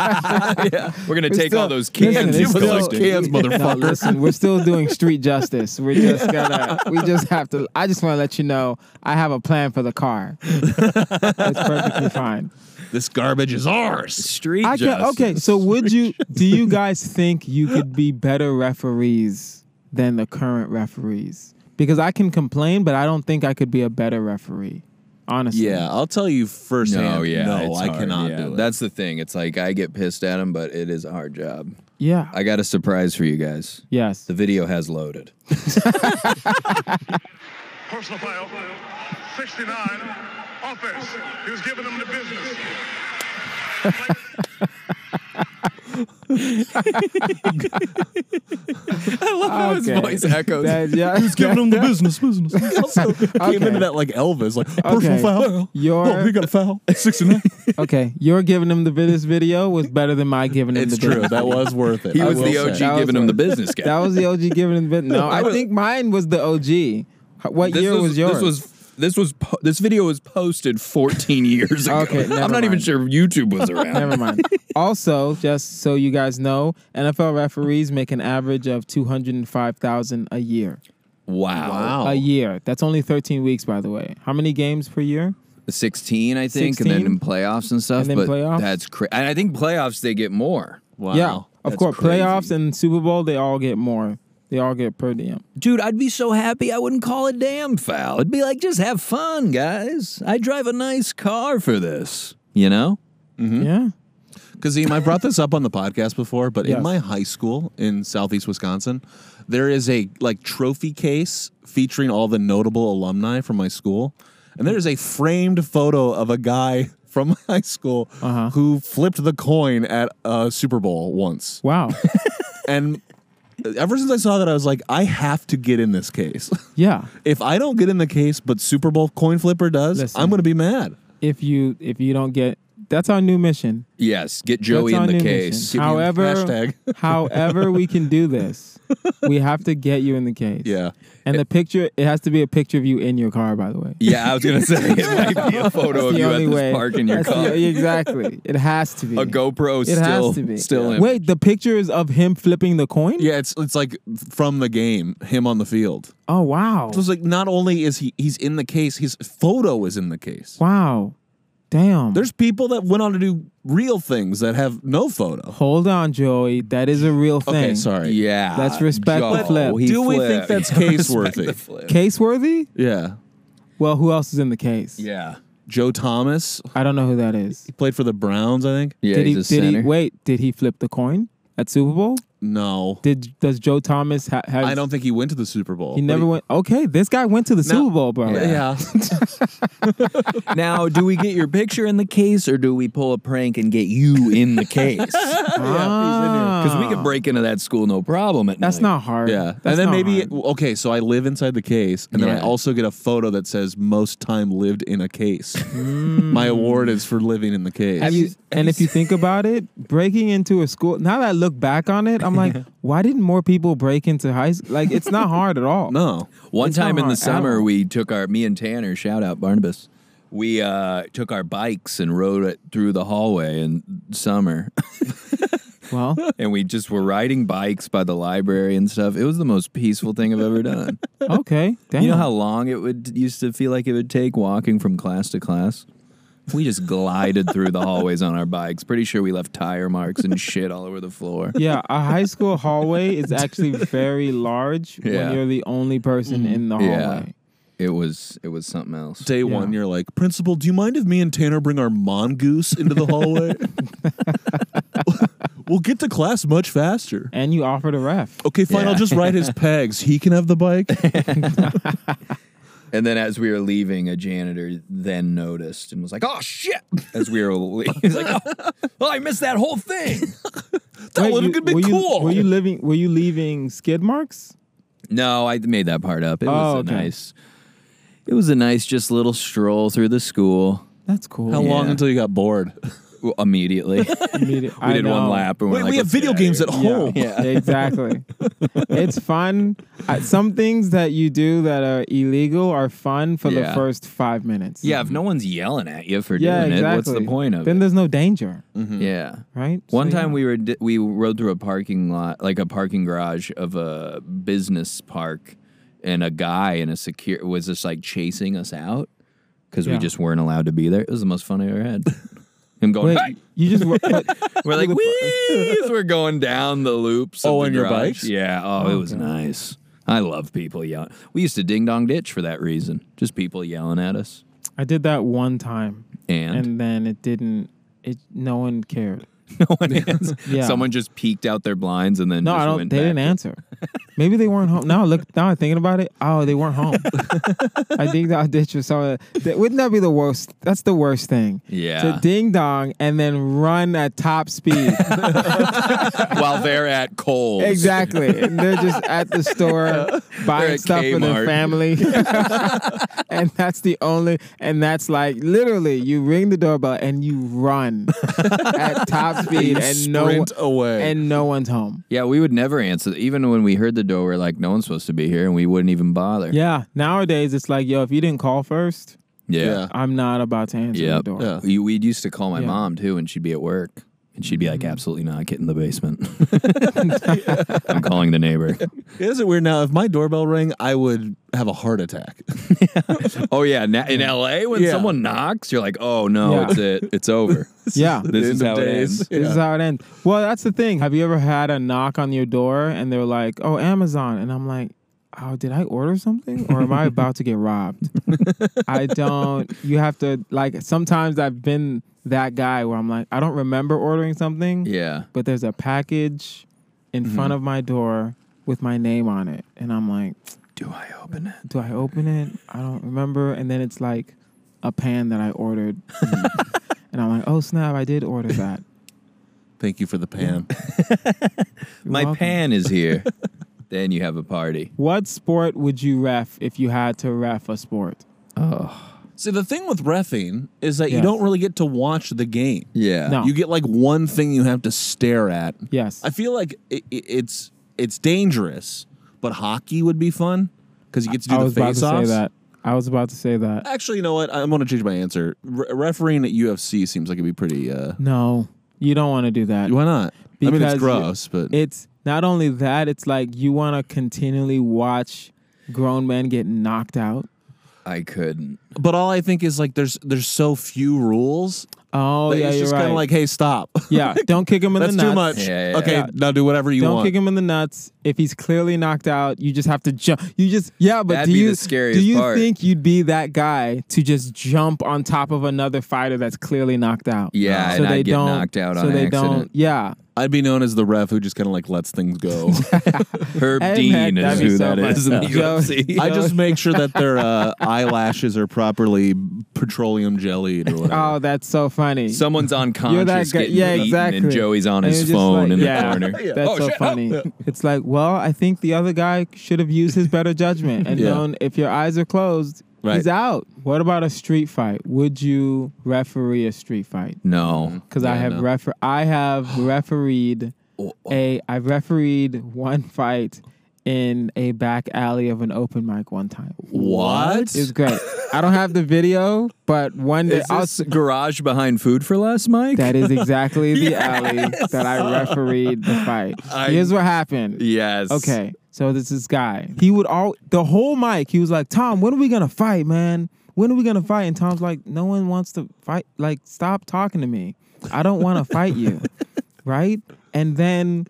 Speaker 1: We're gonna
Speaker 3: We're
Speaker 1: take all
Speaker 3: still-
Speaker 1: those
Speaker 3: listen,
Speaker 1: cans.
Speaker 3: it's
Speaker 1: you
Speaker 2: Give us
Speaker 3: still-
Speaker 2: those
Speaker 1: collected.
Speaker 2: cans, motherfucker.
Speaker 3: No, listen, we're still doing street justice. We're just gonna, we just have to. I just want to let you know I have a plan for the car. it's perfectly fine.
Speaker 2: This garbage is ours.
Speaker 1: Street
Speaker 3: I can,
Speaker 1: justice.
Speaker 3: okay, so would you? Do you guys think you could be better referees than the current referees? Because I can complain, but I don't think I could be a better referee. Honestly,
Speaker 2: Yeah, I'll tell you firsthand.
Speaker 1: No, yeah,
Speaker 2: no,
Speaker 1: it's
Speaker 2: I
Speaker 1: hard,
Speaker 2: cannot
Speaker 1: yeah.
Speaker 2: do it.
Speaker 1: That's the thing. It's like I get pissed at him, but it is a hard job.
Speaker 3: yeah,
Speaker 1: I got a surprise for you guys.
Speaker 3: yes.
Speaker 1: The video has loaded.
Speaker 4: Personal foul, 69, offense. He was giving them the business.
Speaker 1: How
Speaker 3: Okay.
Speaker 1: echoes.
Speaker 3: That- yeah,
Speaker 2: giving him the business, business. He also came
Speaker 3: Okay.
Speaker 2: into that like Elvis, like personal
Speaker 3: Okay.
Speaker 2: foul.
Speaker 3: Your-
Speaker 2: oh, he got a foul. Six and nine.
Speaker 3: okay, your giving him the this video was better than my giving him
Speaker 2: It's
Speaker 3: the business.
Speaker 2: true. That was worth it.
Speaker 1: He
Speaker 2: I
Speaker 1: was
Speaker 2: will
Speaker 1: the
Speaker 2: say.
Speaker 1: OG
Speaker 3: That was
Speaker 1: giving him the
Speaker 3: worth
Speaker 1: business guy.
Speaker 3: That was the OG giving the no. I think mine was the OG. H- What
Speaker 1: this
Speaker 3: year was, yours?
Speaker 1: This was this was po- this video was posted 14 years ago.
Speaker 3: Okay,
Speaker 1: I'm
Speaker 3: never
Speaker 1: not even
Speaker 3: mind.
Speaker 1: sure if YouTube was around.
Speaker 3: Never mind. also, just so you guys know, NFL referees make an average of two hundred and five thousand a year.
Speaker 1: Wow.
Speaker 2: Wow.
Speaker 3: A year. That's only thirteen weeks, by the way. How many games per year?
Speaker 1: 16, I think, and
Speaker 3: 16?
Speaker 1: then in playoffs and stuff.
Speaker 3: And then
Speaker 1: but
Speaker 3: playoffs?
Speaker 1: that's crazy. And I think playoffs they get more.
Speaker 2: Wow.
Speaker 3: Yeah, of
Speaker 1: That's
Speaker 3: course.
Speaker 1: crazy.
Speaker 3: Playoffs and Super Bowl, they all get more. They all get per diem.
Speaker 1: Dude, I'd be so happy I wouldn't call it damn foul. It'd be like, just have fun, guys. I drive a nice car for this, you know?
Speaker 2: Mm-hmm.
Speaker 3: Yeah.
Speaker 2: Kazim, I brought this up on the podcast before, but
Speaker 3: Yes.
Speaker 2: in my high school in southeast Wisconsin, there is a like trophy case featuring all the notable alumni from my school. And there is a framed photo of a guy from my high school
Speaker 3: Uh-huh.
Speaker 2: who flipped the coin at a Super Bowl once.
Speaker 3: Wow.
Speaker 2: And ever since I saw that, I was like, I have to get in this case.
Speaker 3: yeah.
Speaker 2: if I don't get in the case, but Super Bowl coin flipper does,
Speaker 3: Listen.
Speaker 2: I'm going to be mad.
Speaker 3: If you if you don't get that's our new mission.
Speaker 1: Yes, get Joey
Speaker 3: That's
Speaker 1: in
Speaker 3: our
Speaker 1: the
Speaker 3: new
Speaker 1: case.
Speaker 3: mission.
Speaker 2: Give me the
Speaker 3: However,
Speaker 2: hashtag.
Speaker 3: however we can do this, we have to get you in the case.
Speaker 2: Yeah.
Speaker 3: And the picture, it has to be a picture of you in your car, by the way.
Speaker 1: Yeah, I was going to say, it might be a photo
Speaker 3: That's
Speaker 1: of
Speaker 3: the
Speaker 1: you at
Speaker 3: only
Speaker 1: this
Speaker 3: way.
Speaker 1: park in your
Speaker 3: That's the-
Speaker 1: car.
Speaker 3: exactly. It has to be.
Speaker 1: A GoPro
Speaker 3: It
Speaker 1: still,
Speaker 3: has to be.
Speaker 1: still in.
Speaker 3: Wait, the picture is of him flipping the coin?
Speaker 2: Yeah, it's it's like from the game, him on the field.
Speaker 3: Oh, wow.
Speaker 2: So it's like not only is he he's in the case, his photo is in the case.
Speaker 3: Wow. Damn.
Speaker 2: There's people that went on to do real things that have no photo.
Speaker 3: Hold on, Joey. That is a real thing.
Speaker 2: Okay, sorry.
Speaker 1: Yeah.
Speaker 3: Let's respect the flip.
Speaker 1: he
Speaker 2: Do we
Speaker 1: flipped.
Speaker 2: think that's case worthy?
Speaker 1: Flip.
Speaker 3: Caseworthy?
Speaker 2: Yeah.
Speaker 3: Well, who else is in the case?
Speaker 1: Yeah.
Speaker 2: Joe Thomas
Speaker 3: I don't know who that is.
Speaker 2: he played for the Browns, I think.
Speaker 1: Yeah,
Speaker 3: did he?
Speaker 1: he's a
Speaker 3: did
Speaker 1: center.
Speaker 3: he? Wait, did he flip the coin at Super Bowl?
Speaker 2: No,
Speaker 3: Did does Joe Thomas ha- have?
Speaker 2: I don't think he went to the Super Bowl.
Speaker 3: He
Speaker 2: but
Speaker 3: never went. Okay, this guy went to the Super Bowl, bro.
Speaker 2: Yeah.
Speaker 1: Now, do we get your picture in the case or do we pull a prank and get you in the case?
Speaker 3: Ah.
Speaker 1: Because we could break into that school no problem at
Speaker 3: That's
Speaker 1: night.
Speaker 3: not hard.
Speaker 2: Yeah.
Speaker 3: That's
Speaker 2: and then
Speaker 3: not
Speaker 2: maybe,
Speaker 3: hard.
Speaker 2: okay, so I live inside the case, and then I
Speaker 1: Yeah.
Speaker 2: also get a photo that says most time lived in a case. My award is for living in the case.
Speaker 3: Hmm. Have you? And if you think about it, breaking into a school. Now that I look back on it, I'm like, why didn't more people break into high? s- Like, it's not hard at all.
Speaker 2: No.
Speaker 1: One
Speaker 3: It's not
Speaker 1: time in the
Speaker 3: hard at
Speaker 1: summer,
Speaker 3: all.
Speaker 1: we took our me and Tanner shout out Barnabas. We uh, took our bikes and rode it through the hallway in summer,
Speaker 3: Well,
Speaker 1: and we just were riding bikes by the library and stuff. It was the most peaceful thing I've ever done.
Speaker 3: okay. Damn.
Speaker 1: You know how long it would used to feel like it would take walking from class to class. We just glided through the hallways on our bikes. Pretty sure we left tire marks and shit all over the floor.
Speaker 3: yeah, a high school hallway is actually very large
Speaker 1: Yeah. Mm,
Speaker 3: when you're the only person in the hallway.
Speaker 1: Yeah. It was it was something else.
Speaker 2: Day one,
Speaker 3: Yeah.
Speaker 2: you're like, Principal, do you mind if me and Tanner bring our mongoose into the hallway? we'll get to class much faster.
Speaker 3: And you offered a ref.
Speaker 2: Okay, fine. I'll
Speaker 1: Yeah.
Speaker 2: just ride his pegs. He can have the bike.
Speaker 1: And then as we were leaving, a janitor then noticed and was like, "Oh shit!" As we were leaving, he's like, "Oh, oh, I missed that whole thing."
Speaker 2: That would have been
Speaker 3: were
Speaker 2: cool.
Speaker 3: You, were you living? Were you leaving skid marks?
Speaker 1: No, I made that part up. It was
Speaker 3: Oh,
Speaker 1: a
Speaker 3: okay.
Speaker 1: nice, it was a nice just little stroll through the school
Speaker 3: That's cool.
Speaker 2: How long
Speaker 1: Yeah.
Speaker 2: until you got bored?
Speaker 1: Well, immediately. we
Speaker 3: Immediate- I
Speaker 1: did one
Speaker 3: know.
Speaker 1: lap. And we're
Speaker 2: Wait,
Speaker 1: like,
Speaker 2: we have
Speaker 1: "Let's get
Speaker 2: video
Speaker 1: outta
Speaker 2: games
Speaker 1: here."
Speaker 2: at home.
Speaker 1: Yeah.
Speaker 3: exactly. it's fun. I, some things that you do that are illegal are fun for the
Speaker 1: Yeah.
Speaker 3: first five minutes.
Speaker 1: Yeah, if no one's yelling at you for
Speaker 3: Yeah,
Speaker 1: doing
Speaker 3: exactly.
Speaker 1: it, what's the point of
Speaker 3: then
Speaker 1: it?
Speaker 3: there's no danger,
Speaker 1: yeah.
Speaker 3: right?
Speaker 1: One
Speaker 3: So,
Speaker 1: time
Speaker 3: yeah.
Speaker 1: we were di- we rode through a parking lot, like a parking garage of a business park, and a guy in a secure was just like chasing us out because
Speaker 3: Yeah.
Speaker 1: we just weren't allowed to be there. It was the most fun I ever had. Him going,
Speaker 3: Wait,
Speaker 1: "Hey!"
Speaker 3: you just were- but-
Speaker 1: we're like, "Wee!" as we're going down the loops. of
Speaker 2: Oh,
Speaker 1: the
Speaker 2: on your
Speaker 1: garage.
Speaker 2: bikes?
Speaker 1: Yeah. Oh, it was nice. I love people yelling. We used to ding dong ditch for that reason. Just people yelling at us.
Speaker 3: I did that one time,
Speaker 1: And,
Speaker 3: and then it didn't. It no one cared.
Speaker 1: no one answered.
Speaker 3: Yeah.
Speaker 1: Someone just peeked out their blinds and then
Speaker 3: No,
Speaker 1: just
Speaker 3: I don't.
Speaker 1: went
Speaker 3: They
Speaker 1: back
Speaker 3: didn't
Speaker 1: to-
Speaker 3: answer. Maybe they weren't home. Now look, now I'm thinking about it. Oh, they weren't home. I think that ditch was somewhere. That, wouldn't that be the worst? That's the worst thing.
Speaker 1: Yeah.
Speaker 3: To ding dong and then run at top speed.
Speaker 1: while they're at Kohl's.
Speaker 3: exactly. And they're just at the store buying
Speaker 1: at
Speaker 3: stuff for
Speaker 1: Kmart.
Speaker 3: their family. and that's the only. And that's like literally, you ring the doorbell and you run at top speed, and no,
Speaker 2: Sprint away.
Speaker 3: and no one's home.
Speaker 1: Yeah, we would never answer. Even when we heard the door, we're like, no one's supposed to be here, and we wouldn't even bother.
Speaker 3: Yeah. Nowadays, it's like, yo, if you didn't call first.
Speaker 1: Yeah.
Speaker 2: Yeah.
Speaker 3: I'm not about to answer
Speaker 1: Yep.
Speaker 3: the door.
Speaker 2: Yeah.
Speaker 1: We, would used to call my
Speaker 3: Yeah. Mm-hmm.
Speaker 1: mom, too, and she'd be at work. And she'd be like, absolutely not, get in the basement. I'm calling the neighbor.
Speaker 2: Isn't it weird now? If my doorbell rang, I would have a heart attack.
Speaker 1: Oh, yeah. Na- in LA, when
Speaker 2: Yeah.
Speaker 1: someone knocks, you're like, oh, no,
Speaker 3: Yeah.
Speaker 1: it's it. It's over.
Speaker 3: Yeah.
Speaker 1: This is how it ends.
Speaker 3: This is
Speaker 2: Yeah.
Speaker 3: how it ends. Well, that's the thing. Have you ever had a knock on your door and they're like, "Oh, Amazon," and I'm like, "Oh, did I order something, or am I about to get robbed?" I don't. You have to like. Sometimes I've been that guy where I'm like, I don't remember ordering something,
Speaker 1: yeah.
Speaker 3: but there's a package in front of my door with my name on it, and I'm like,
Speaker 1: Do I open it?
Speaker 3: do I open it? I don't remember. And then it's like a pan that I ordered. and I'm like, oh snap, I did order that.
Speaker 2: Thank you for the pan.
Speaker 3: You're
Speaker 1: my
Speaker 3: welcome.
Speaker 1: pan is here. then you have a party.
Speaker 3: What sport would you ref if you had to ref a sport? Oh.
Speaker 2: See, the thing with refing is that you
Speaker 3: Yes.
Speaker 2: don't really get to watch the game.
Speaker 1: Yeah.
Speaker 3: No.
Speaker 2: You get like one thing you have to stare at.
Speaker 3: Yes.
Speaker 2: I feel like it, it, it's it's dangerous, but hockey would be fun because you get to do
Speaker 3: I was
Speaker 2: the
Speaker 3: about to
Speaker 2: face offs.
Speaker 3: say that. I was about to say that.
Speaker 2: Actually, you know what? I'm going to change my answer. Re- refereeing at UFC seems like it'd be pretty. Uh,
Speaker 3: No, you don't want to do that.
Speaker 2: why not? I mean,
Speaker 3: Because
Speaker 2: it's
Speaker 3: you-
Speaker 2: gross, but
Speaker 3: It's not only that, it's like you want to continually watch grown men get knocked out.
Speaker 1: I couldn't.
Speaker 2: but all I think is like there's there's so few rules
Speaker 3: Oh
Speaker 2: Like,
Speaker 3: yeah,
Speaker 2: it's
Speaker 3: you're
Speaker 2: just
Speaker 3: right.
Speaker 2: kind of like, hey, stop.
Speaker 3: yeah, don't kick him in
Speaker 2: That's
Speaker 3: the nuts.
Speaker 2: too much.
Speaker 1: Yeah, yeah,
Speaker 2: okay,
Speaker 3: yeah.
Speaker 2: now do whatever you
Speaker 3: Don't
Speaker 2: want.
Speaker 3: kick him in the nuts. If he's clearly knocked out, you just have to jump. You just yeah, but
Speaker 1: That'd
Speaker 3: do
Speaker 1: be
Speaker 3: you
Speaker 1: the scariest
Speaker 3: do you
Speaker 1: part.
Speaker 3: think you'd be that guy to just jump on top of another fighter that's clearly knocked out?
Speaker 1: Yeah, and I'd get knocked out
Speaker 3: so
Speaker 1: on
Speaker 3: they Don't,
Speaker 1: accident.
Speaker 3: yeah,
Speaker 2: I'd be known as the ref who just kind of like lets things go.
Speaker 1: Herb
Speaker 3: Hey,
Speaker 1: Dean
Speaker 3: man,
Speaker 1: is
Speaker 3: that'd be
Speaker 1: who
Speaker 3: so
Speaker 1: that is in the
Speaker 3: fucked up.
Speaker 1: UFC.
Speaker 3: Yo,
Speaker 2: I just make sure that their uh, eyelashes are properly petroleum jellied or whatever.
Speaker 3: Oh, that's so funny.
Speaker 1: Someone's unconscious,
Speaker 3: that guy-
Speaker 1: getting
Speaker 3: yeah,
Speaker 1: beaten,
Speaker 3: exactly.
Speaker 1: and Joey's on
Speaker 3: And
Speaker 1: his
Speaker 3: you're just
Speaker 1: phone
Speaker 3: like,
Speaker 1: in
Speaker 3: yeah,
Speaker 1: the corner.
Speaker 3: That's
Speaker 2: Oh,
Speaker 3: so funny. It's like, well, I think the other guy should have used his better judgment and
Speaker 2: Yeah.
Speaker 3: known if your eyes are closed,
Speaker 2: Right.
Speaker 3: he's out. What about a street fight? Would you referee a street fight?
Speaker 1: No,
Speaker 3: Because I
Speaker 2: Yeah,
Speaker 3: have
Speaker 2: no.
Speaker 3: refer I have refereed
Speaker 1: Oh,
Speaker 3: a I've refereed one fight in a back alley of an open mic one time.
Speaker 1: what?
Speaker 3: It was great. I don't have the video, but one day
Speaker 1: Is
Speaker 3: I'll
Speaker 1: this garage behind food for less, Mike?
Speaker 3: That is exactly the alley that I refereed the fight.
Speaker 1: I-
Speaker 3: Here's what happened.
Speaker 1: yes.
Speaker 3: Okay, so this this guy. He would all the whole mic. He was like, "Tom, when are we gonna fight, man? When are we gonna fight?" And Tom's like, "No one wants to fight. Like, stop talking to me. I don't want to fight you, right?" And then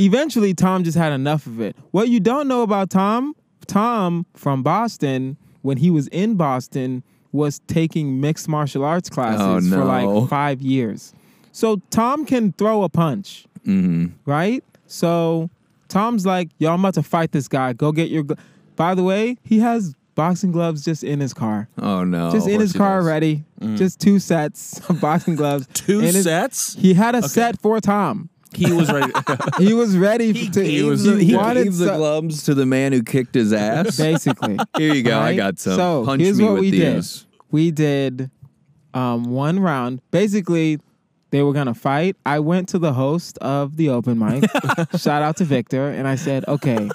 Speaker 3: eventually, Tom just had enough of it. What you don't know about Tom, Tom from Boston, when he was in Boston, was taking mixed martial arts classes
Speaker 1: Oh,
Speaker 3: for
Speaker 1: no.
Speaker 3: like five years. So Tom can throw a punch
Speaker 2: Mm-hmm.
Speaker 3: right? So Tom's like, "Yo, I'm about to fight this guy. Go get your." Gl-. By the way, he has boxing gloves just in his car,
Speaker 1: Oh no.
Speaker 3: just in his
Speaker 2: he
Speaker 3: car
Speaker 2: does. Mm.
Speaker 3: already. Just two sets of boxing gloves.
Speaker 2: Two
Speaker 3: in his-
Speaker 2: sets?
Speaker 3: He had a set for Tom.
Speaker 2: He was right.
Speaker 3: He was ready
Speaker 2: He
Speaker 3: to.
Speaker 2: gave
Speaker 3: was.
Speaker 2: the-
Speaker 1: he
Speaker 3: wanted
Speaker 1: gave the
Speaker 3: so-
Speaker 1: gloves to the man who kicked his ass.
Speaker 3: Basically,
Speaker 1: Here you go. I
Speaker 3: right?
Speaker 1: got some.
Speaker 3: So
Speaker 1: Punch
Speaker 3: here's
Speaker 1: me
Speaker 3: what
Speaker 1: with
Speaker 3: we
Speaker 1: these.
Speaker 3: did. We did um, one round. Basically, they were gonna fight. I went to the host of the open mic. shout out to Victor, and I said, "Okay,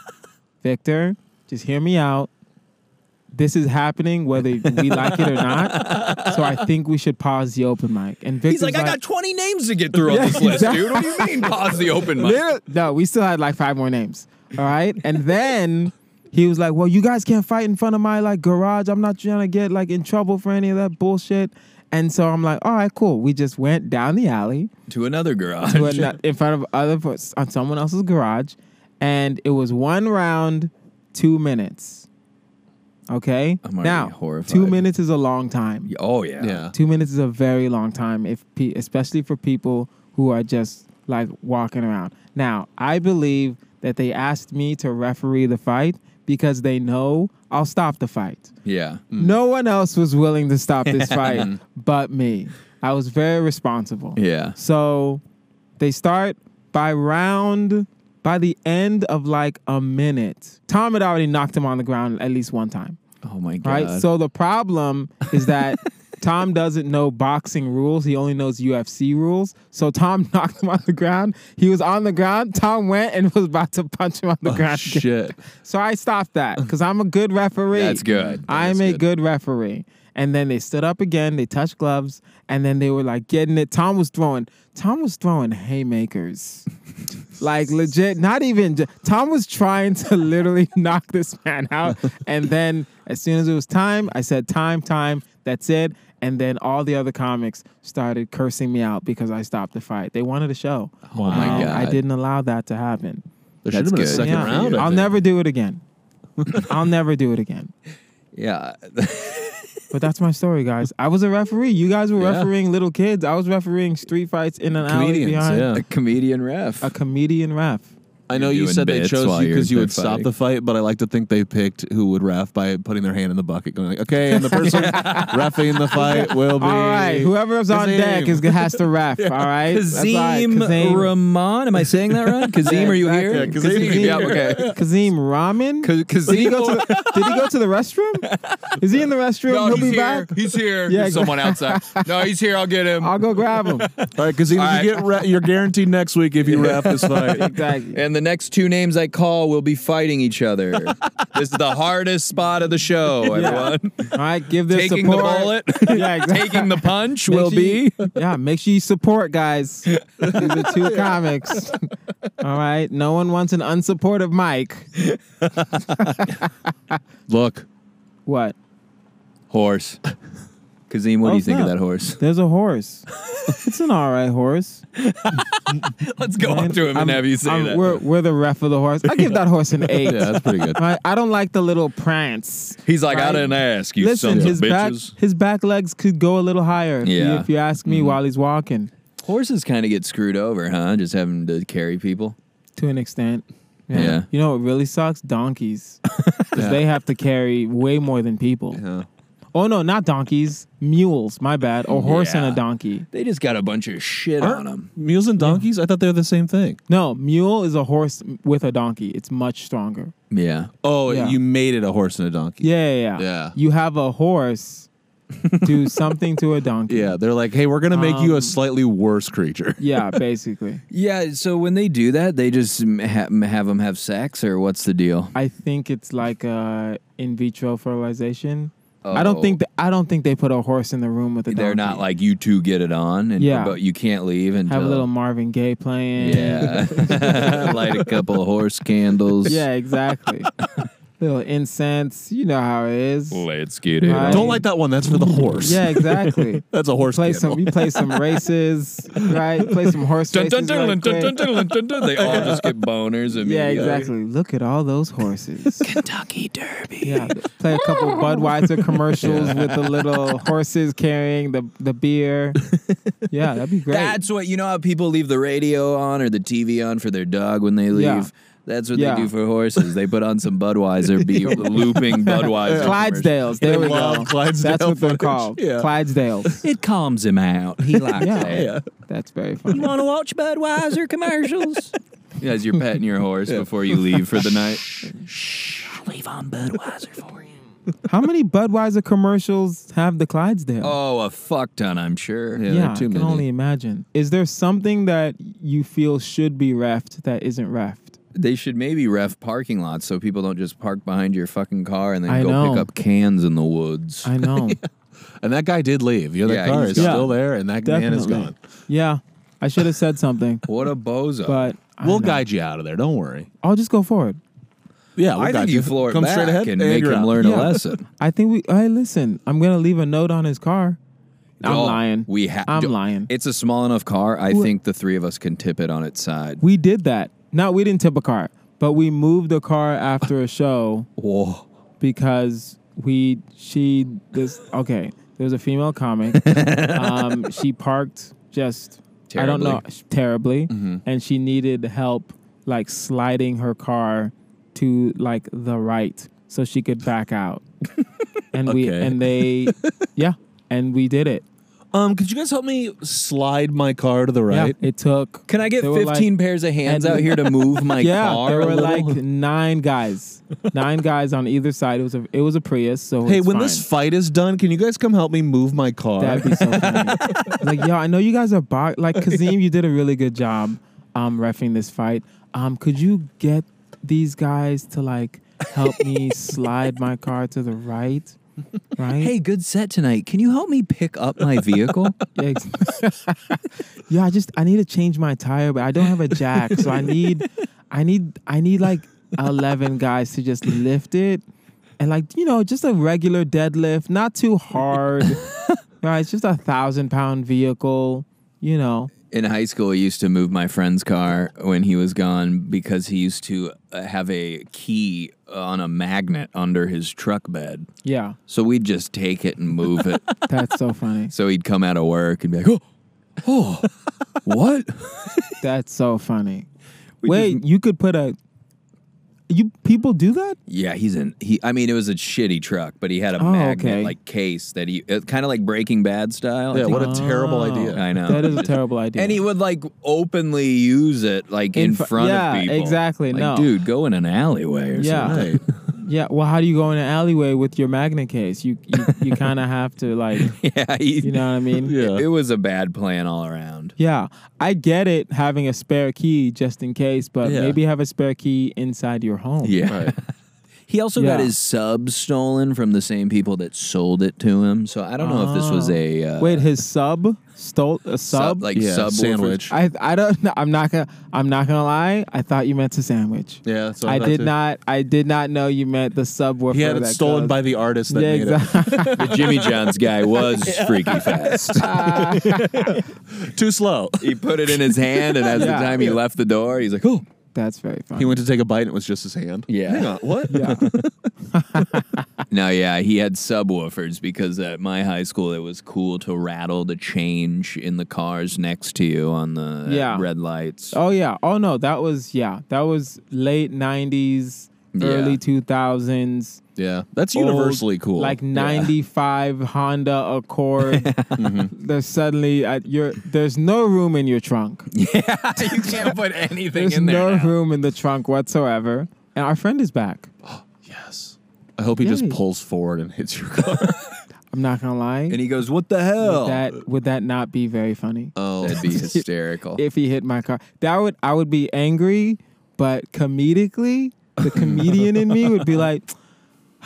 Speaker 3: Victor, just hear me out. This is happening whether we like it or not. So I think we should pause the open mic." And Victor's
Speaker 1: He's like, I got 20 names to get through on
Speaker 3: Yeah,
Speaker 1: this list,
Speaker 3: exactly.
Speaker 1: dude. What do you mean? Pause the open mic.
Speaker 3: Literally- no, we still had like five more names. All right. And then he was like, Well, you guys can't fight in front of my like garage. I'm not trying to get like in trouble for any of that bullshit. And so I'm like, all right, cool. We just went down the alley
Speaker 1: To another garage.
Speaker 3: to an- in front of other on someone else's garage, and it was one round, two minutes. Okay,
Speaker 1: I'm already
Speaker 3: now
Speaker 1: horrified.
Speaker 3: two minutes is a long time.
Speaker 1: oh yeah.
Speaker 2: yeah.
Speaker 3: Two minutes is a very long time, if pe- especially for people who are just like walking around. Now, I believe that they asked me to referee the fight because they know I'll stop the fight.
Speaker 1: Yeah.
Speaker 3: No one else was willing to stop this fight but me. I was very responsible.
Speaker 1: Yeah.
Speaker 3: So they start by round, by the end of like a minute. Tom had already knocked him on the ground at least one time,
Speaker 1: Oh my god.
Speaker 3: right? So the problem is that Tom doesn't know boxing rules. He only knows UFC rules. So Tom knocked him on the ground. He was on the ground. Tom went and was about to punch him on
Speaker 1: Oh,
Speaker 3: the ground. again.
Speaker 2: Shit.
Speaker 3: So I stopped that because I'm a good referee.
Speaker 1: That's good. That
Speaker 3: I'm
Speaker 1: is
Speaker 3: a
Speaker 1: good.
Speaker 3: good referee. And then they stood up again. They touched gloves, and then they were like getting it. Tom was throwing. Tom was throwing haymakers, like legit. Not even. j- Tom was trying to literally knock this man out. And then as soon as it was time, I said, "Time, time. That's it." And then all the other comics started cursing me out because I stopped the fight. They wanted a show.
Speaker 2: Oh my
Speaker 3: Um, I
Speaker 1: God.
Speaker 3: didn't allow that to happen.
Speaker 2: There should
Speaker 1: That's
Speaker 2: have been a
Speaker 1: good.
Speaker 2: second
Speaker 1: Yeah.
Speaker 2: round. I
Speaker 3: I'll
Speaker 2: think.
Speaker 3: never do it again. I'll never do it again.
Speaker 1: yeah.
Speaker 3: But that's my story, guys. I was a referee. You guys were
Speaker 2: Yeah.
Speaker 3: refereeing little kids. I was refereeing street fights in an alley
Speaker 2: Comedians,
Speaker 3: behind
Speaker 2: yeah.
Speaker 1: a comedian ref.
Speaker 3: a comedian ref.
Speaker 2: I know
Speaker 1: You're
Speaker 2: you
Speaker 1: doing
Speaker 2: said they
Speaker 1: bits
Speaker 2: chose
Speaker 1: while
Speaker 2: you
Speaker 1: you're-
Speaker 2: because you
Speaker 1: they're
Speaker 2: would stop
Speaker 1: fighting.
Speaker 2: the fight, but I like to think they picked who would ref by putting their hand in the bucket, going like, "Okay," and the person refing the fight will be
Speaker 3: All right, whoever's on
Speaker 2: Kazim.
Speaker 3: deck is has to ref. All right, That's all right.
Speaker 1: Kazim Rahman. Am I saying that right? Kazim, are you here?
Speaker 2: Yeah, Kazim.
Speaker 1: Yeah, okay.
Speaker 3: Kazim Ramen.
Speaker 1: Ka-
Speaker 3: did he
Speaker 1: Kazim.
Speaker 3: go to the, Did he go to the restroom? Is he in the restroom?
Speaker 5: No,
Speaker 3: He'll
Speaker 5: he's
Speaker 3: be
Speaker 5: here.
Speaker 3: back.
Speaker 5: He's here.
Speaker 3: Yeah,
Speaker 5: There's someone outside. No, he's here. I'll get him.
Speaker 3: I'll go grab him.
Speaker 2: All right, because you
Speaker 5: All right.
Speaker 2: get re- you're guaranteed next week if you ref this fight.
Speaker 3: Exactly.
Speaker 1: and the next two names I call will be fighting each other. this is the hardest spot of the show,
Speaker 3: Yeah.
Speaker 1: everyone.
Speaker 3: All right, give this
Speaker 1: Taking
Speaker 3: support.
Speaker 1: the bullet,
Speaker 3: Yeah, exactly.
Speaker 1: taking the punch
Speaker 3: Make
Speaker 1: will
Speaker 3: sure you-
Speaker 1: be.
Speaker 3: yeah, make sure you support, guys. These are two comics. All right. No one wants an unsupportive mic.
Speaker 2: Look,
Speaker 3: What?
Speaker 1: Horse. Because then what
Speaker 3: Oh,
Speaker 1: do you think of
Speaker 3: snap.
Speaker 1: that horse?
Speaker 3: There's a horse. it's an all right horse.
Speaker 5: Let's go up to him
Speaker 3: I'm-
Speaker 5: and have you say
Speaker 3: I'm-
Speaker 5: that.
Speaker 3: We're, we're the ref of the horse. I give that horse an eight.
Speaker 2: Yeah, that's pretty good.
Speaker 3: I, I don't like the little prance.
Speaker 5: He's like, I
Speaker 3: Right.
Speaker 5: didn't ask you,
Speaker 3: Listen,
Speaker 5: sons
Speaker 3: his
Speaker 5: of
Speaker 3: back
Speaker 5: bitches. Mm-hmm.
Speaker 3: his back legs could go a little higher. if you-
Speaker 1: Yeah.
Speaker 3: If you ask me, while he's walking,
Speaker 1: Horses kind of get screwed over, huh? Just having to carry people.
Speaker 3: to an extent.
Speaker 1: Yeah.
Speaker 3: You know what really sucks? Donkeys, 'Cause
Speaker 2: Yeah.
Speaker 3: they have to carry way more than people.
Speaker 2: Yeah.
Speaker 3: Oh no, not donkeys, mules. My bad. A horse and
Speaker 1: Yeah.
Speaker 3: a donkey.
Speaker 1: They just got a bunch of shit on them.
Speaker 2: Mules and donkeys? I thought they were the same thing.
Speaker 3: No, mule is a horse with a donkey. It's much stronger.
Speaker 1: Yeah.
Speaker 2: Oh,
Speaker 3: Yeah.
Speaker 2: you made it a horse and a donkey.
Speaker 3: Yeah, yeah, yeah.
Speaker 2: Yeah.
Speaker 3: You have a horse do something to a donkey.
Speaker 2: Yeah, they're like, hey, we're gonna make you a
Speaker 3: Um,
Speaker 2: slightly worse creature.
Speaker 3: Yeah, basically.
Speaker 1: Yeah. So when they do that, they just m- ha- m- have them have sex, or what's the deal?
Speaker 3: I think it's like uh, in vitro fertilization. I don't
Speaker 5: Oh.
Speaker 3: think that I don't think they put a horse in the room with a donkey.
Speaker 1: they're not like you two get it on, and
Speaker 3: Yeah.
Speaker 1: but you can't leave and
Speaker 3: have a little Marvin Gaye playing.
Speaker 1: Yeah. Light a couple of horse candles.
Speaker 3: Yeah, exactly. little incense. You know how it is.
Speaker 5: Let's get it.
Speaker 3: Right.
Speaker 5: on.
Speaker 2: Don't like that one. That's for the horse.
Speaker 3: Yeah, exactly.
Speaker 2: that's a horse.
Speaker 3: play
Speaker 2: candle.
Speaker 3: some. You play some races, right? Play some horse
Speaker 5: Dun, dun,
Speaker 3: races.
Speaker 5: dun,
Speaker 3: right
Speaker 5: dun, dun,
Speaker 3: quick.
Speaker 5: dun, dun, dun, dun. They all just get boners immediately.
Speaker 3: Yeah, exactly. Look at all those horses.
Speaker 1: Kentucky Derby.
Speaker 3: Yeah, play a couple Budweiser commercials with the little horses carrying the the beer. Yeah, that'd be great.
Speaker 1: That's what you know how people leave the radio on or the TV on for their dog when they leave.
Speaker 3: Yeah.
Speaker 1: That's what
Speaker 3: Yeah.
Speaker 1: they do for horses. They put on some Budweiser, be looping Budweiser. commercials.
Speaker 3: Clydesdales. There we
Speaker 2: love
Speaker 3: go.
Speaker 2: Clydesdale
Speaker 3: That's what they're
Speaker 2: footage.
Speaker 3: called.
Speaker 2: Yeah.
Speaker 3: Clydesdales.
Speaker 1: It calms him out. He likes
Speaker 3: Yeah.
Speaker 1: that.
Speaker 2: Yeah.
Speaker 3: That's very funny.
Speaker 1: You want to watch Budweiser commercials? Yeah, as you're petting your horse before you leave for the night. Shh, I'll leave on Budweiser for you.
Speaker 3: How many Budweiser commercials have the Clydesdale?
Speaker 1: Oh, a fuck ton, I'm sure.
Speaker 2: Yeah. there
Speaker 3: yeah,
Speaker 2: are
Speaker 3: I
Speaker 2: too
Speaker 3: can
Speaker 2: many.
Speaker 3: only imagine. Is there something that you feel should be refed that isn't refed?
Speaker 1: They should maybe ref parking lots so people don't just park behind your fucking car and then
Speaker 3: I
Speaker 1: go pick
Speaker 3: know.
Speaker 1: up cans in the woods.
Speaker 3: I know.
Speaker 2: And that guy did leave. The other
Speaker 1: Yeah,
Speaker 2: car
Speaker 1: he's
Speaker 2: is
Speaker 1: gone.
Speaker 2: still there, and that man is
Speaker 3: Definitely.
Speaker 2: gone.
Speaker 3: yeah, I should have said something,
Speaker 1: what a bozo.
Speaker 3: but I
Speaker 2: We'll
Speaker 3: don't know.
Speaker 2: guide you out of there. Don't worry.
Speaker 3: I'll just go forward.
Speaker 2: Yeah, we'll
Speaker 1: I
Speaker 2: guide
Speaker 1: think you floor it
Speaker 2: Come
Speaker 1: back
Speaker 2: straight ahead
Speaker 1: and make
Speaker 2: you're
Speaker 1: him
Speaker 2: out.
Speaker 1: learn a
Speaker 3: Yeah.
Speaker 1: lesson.
Speaker 3: I think we. Hey, listen, I'm gonna leave a note on his car. I'm
Speaker 1: Dog,
Speaker 3: lying.
Speaker 1: We ha-
Speaker 3: I'm
Speaker 1: do-
Speaker 3: lying.
Speaker 1: It's a small enough car. I
Speaker 3: Wha-
Speaker 1: think the three of us can tip it on its side.
Speaker 3: We did that. No, we didn't tip a car, but we moved a car after a show
Speaker 1: Whoa.
Speaker 3: because we she this okay. There was a female comic. um, she parked just I don't know terribly, and she needed help like sliding her car to like the right so she could back out. and we
Speaker 2: Okay.
Speaker 3: and they yeah, and we did it.
Speaker 2: Um, could you guys help me slide my car to the right?
Speaker 3: Yeah, it took
Speaker 1: Can I get
Speaker 3: They were
Speaker 1: 15
Speaker 3: like-
Speaker 1: pairs of hands
Speaker 3: and-
Speaker 1: out here to move my
Speaker 3: yeah,
Speaker 1: car?
Speaker 3: there
Speaker 1: a
Speaker 3: were like
Speaker 1: little?
Speaker 3: nine guys, nine guys on either side. It was a it was a Prius, so
Speaker 2: Hey,
Speaker 3: it's
Speaker 2: when
Speaker 3: fine.
Speaker 2: this fight is done, can you guys come help me move my car?
Speaker 3: that'd be so funny. like yo, I know you guys are bo- like Kazim. You did a really good job, um, refing this fight. Um, could you get these guys to like help me slide my car to the right, right?
Speaker 1: hey, good set tonight. Can you help me pick up my vehicle?
Speaker 3: Yeah, ex- yeah, I just I need to change my tire, but I don't have a jack, so I need, I need, I need like eleven guys to just lift it, and like you know, just a regular deadlift, not too hard. right, it's just a thousand pound vehicle, you know.
Speaker 1: in high school, I used to move my friend's car when he was gone because he used to uh, have a key on a magnet under his truck bed.
Speaker 3: Yeah,
Speaker 1: So we'd just take it and move it.
Speaker 3: that's so funny.
Speaker 1: so he'd come out of work and be like, oh, oh what?
Speaker 3: That's so funny. Wait, you could put a. You people do that?
Speaker 1: Yeah, he's in. He, I mean, it was a shitty truck, but he had a
Speaker 3: Oh,
Speaker 1: magnet
Speaker 3: okay.
Speaker 1: like case that he, it's kind of like Breaking Bad style. I
Speaker 2: yeah,
Speaker 1: think.
Speaker 2: what a terrible
Speaker 3: Oh.
Speaker 2: idea.
Speaker 1: I know.
Speaker 3: That is a terrible idea.
Speaker 1: and he would like openly use it like in,
Speaker 3: In fr-
Speaker 1: front
Speaker 3: yeah,
Speaker 1: of people.
Speaker 3: exactly,
Speaker 1: Like,
Speaker 3: no.
Speaker 1: dude, go in an alleyway or
Speaker 3: Yeah.
Speaker 1: something.
Speaker 2: Right.
Speaker 3: Yeah, well, how do you go in an alleyway with your magnet case? You you, you kind of have to like,
Speaker 1: Yeah, he,
Speaker 3: you know what I mean?
Speaker 2: Yeah.
Speaker 1: It was a bad plan all around.
Speaker 3: Yeah, I get it having a spare key just in case, but
Speaker 2: Yeah.
Speaker 3: maybe have a spare key inside your home.
Speaker 1: Yeah.
Speaker 2: Right.
Speaker 1: He also got
Speaker 3: Yeah.
Speaker 1: his sub stolen from the same people that sold it to him. So I don't know if this was a uh,
Speaker 3: Oh. Wait, his sub stole a sub.
Speaker 1: like
Speaker 2: Yeah,
Speaker 1: sub
Speaker 2: sandwich.
Speaker 3: I I don't. know. I'm not gonna. I'm not gonna lie. I thought you meant to sandwich.
Speaker 2: Yeah, that's what
Speaker 3: I
Speaker 2: thought
Speaker 3: did
Speaker 2: too.
Speaker 3: not. I did not know you meant the subwoofer.
Speaker 2: He had it
Speaker 3: that
Speaker 2: stolen
Speaker 3: goes-
Speaker 2: by the artist that
Speaker 3: yeah,
Speaker 2: made
Speaker 3: exactly.
Speaker 1: The Jimmy John's guy was freaky fast.
Speaker 2: it. Too slow.
Speaker 1: He put it in his hand, and as
Speaker 3: Yeah.
Speaker 1: the time he left the door, he's like, "Oh,
Speaker 3: That's very funny.
Speaker 2: He went to take a bite and it was just his hand.
Speaker 1: Yeah.
Speaker 2: Hang on, what?
Speaker 3: Yeah.
Speaker 1: No, yeah, he had subwoofers because at my high school it was cool to rattle the change in the cars next to you on the at
Speaker 3: Yeah.
Speaker 1: red lights.
Speaker 3: Oh yeah. Oh no, that was yeah. That was late '90s,
Speaker 1: Yeah.
Speaker 3: early 2000s.
Speaker 2: Yeah. That's universally
Speaker 3: old,
Speaker 2: cool.
Speaker 3: Like '95 Honda Accord.
Speaker 1: Mm-hmm.
Speaker 3: There's suddenly uh, you're there's no room in your trunk.
Speaker 1: you can't put anything
Speaker 3: There's
Speaker 1: in there.
Speaker 3: no
Speaker 1: now.
Speaker 3: room in the trunk whatsoever. And our friend is back.
Speaker 2: Yes. I hope he just
Speaker 3: Yay.
Speaker 2: pulls forward and hits your car.
Speaker 3: I'm not gonna lie.
Speaker 1: And he oh. goes, "What the hell?"
Speaker 3: That would that not be very funny?
Speaker 2: oh.
Speaker 1: That'd be hysterical.
Speaker 3: if he hit my car. That would I would be angry, but comedically, the comedian in me would be like,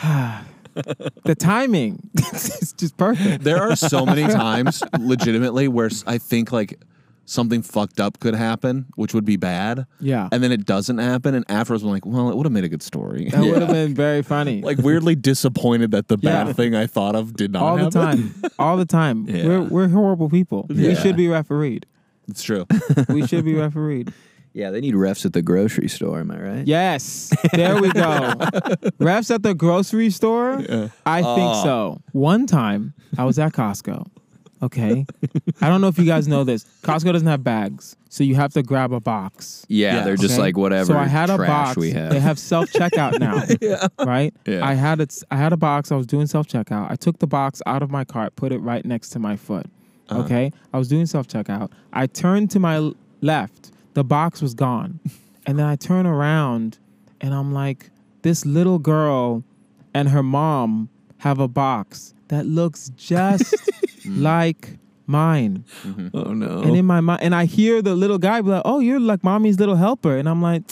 Speaker 3: the timing is just perfect.
Speaker 2: There are so many times, legitimately, where s- I think like something fucked up could happen, which would be bad.
Speaker 3: Yeah.
Speaker 2: And then it doesn't happen. And afterwards, I'm like, well, it would have made a good story.
Speaker 3: That would have been very funny.
Speaker 2: like weirdly disappointed that the bad
Speaker 3: Yeah.
Speaker 2: thing I thought of did not
Speaker 3: all the
Speaker 2: happen.
Speaker 3: time, all the time.
Speaker 1: Yeah.
Speaker 3: We're we're horrible people.
Speaker 2: Yeah.
Speaker 3: We should be refereed.
Speaker 2: It's true.
Speaker 3: We should be refereed.
Speaker 1: yeah, they need refs at the grocery store. Am I right?
Speaker 3: Yes, there we go. Refs at the grocery store? I think so. One time, I was at Costco. Okay. I don't know if you guys know this. Costco doesn't have bags, so you have to grab a box.
Speaker 1: Yeah,
Speaker 2: Yeah.
Speaker 1: they're just
Speaker 3: okay?
Speaker 1: like whatever.
Speaker 3: So I had a
Speaker 1: trash
Speaker 3: box.
Speaker 1: We have.
Speaker 3: They have self checkout now, right?
Speaker 1: Yeah.
Speaker 3: I had it. I had a box. I was doing self checkout. I took the box out of my cart, put it right next to my foot.
Speaker 1: Uh-huh.
Speaker 3: Okay, I was doing self checkout. I turned to my l- left. The box was gone, and then I turn around, and I'm like, this little girl and her mom have a box that looks just
Speaker 1: Mm.
Speaker 3: like mine.
Speaker 1: oh no.
Speaker 3: And in my mind, and I hear the little guy be like, "Oh, you're like mommy's little helper," and I'm like,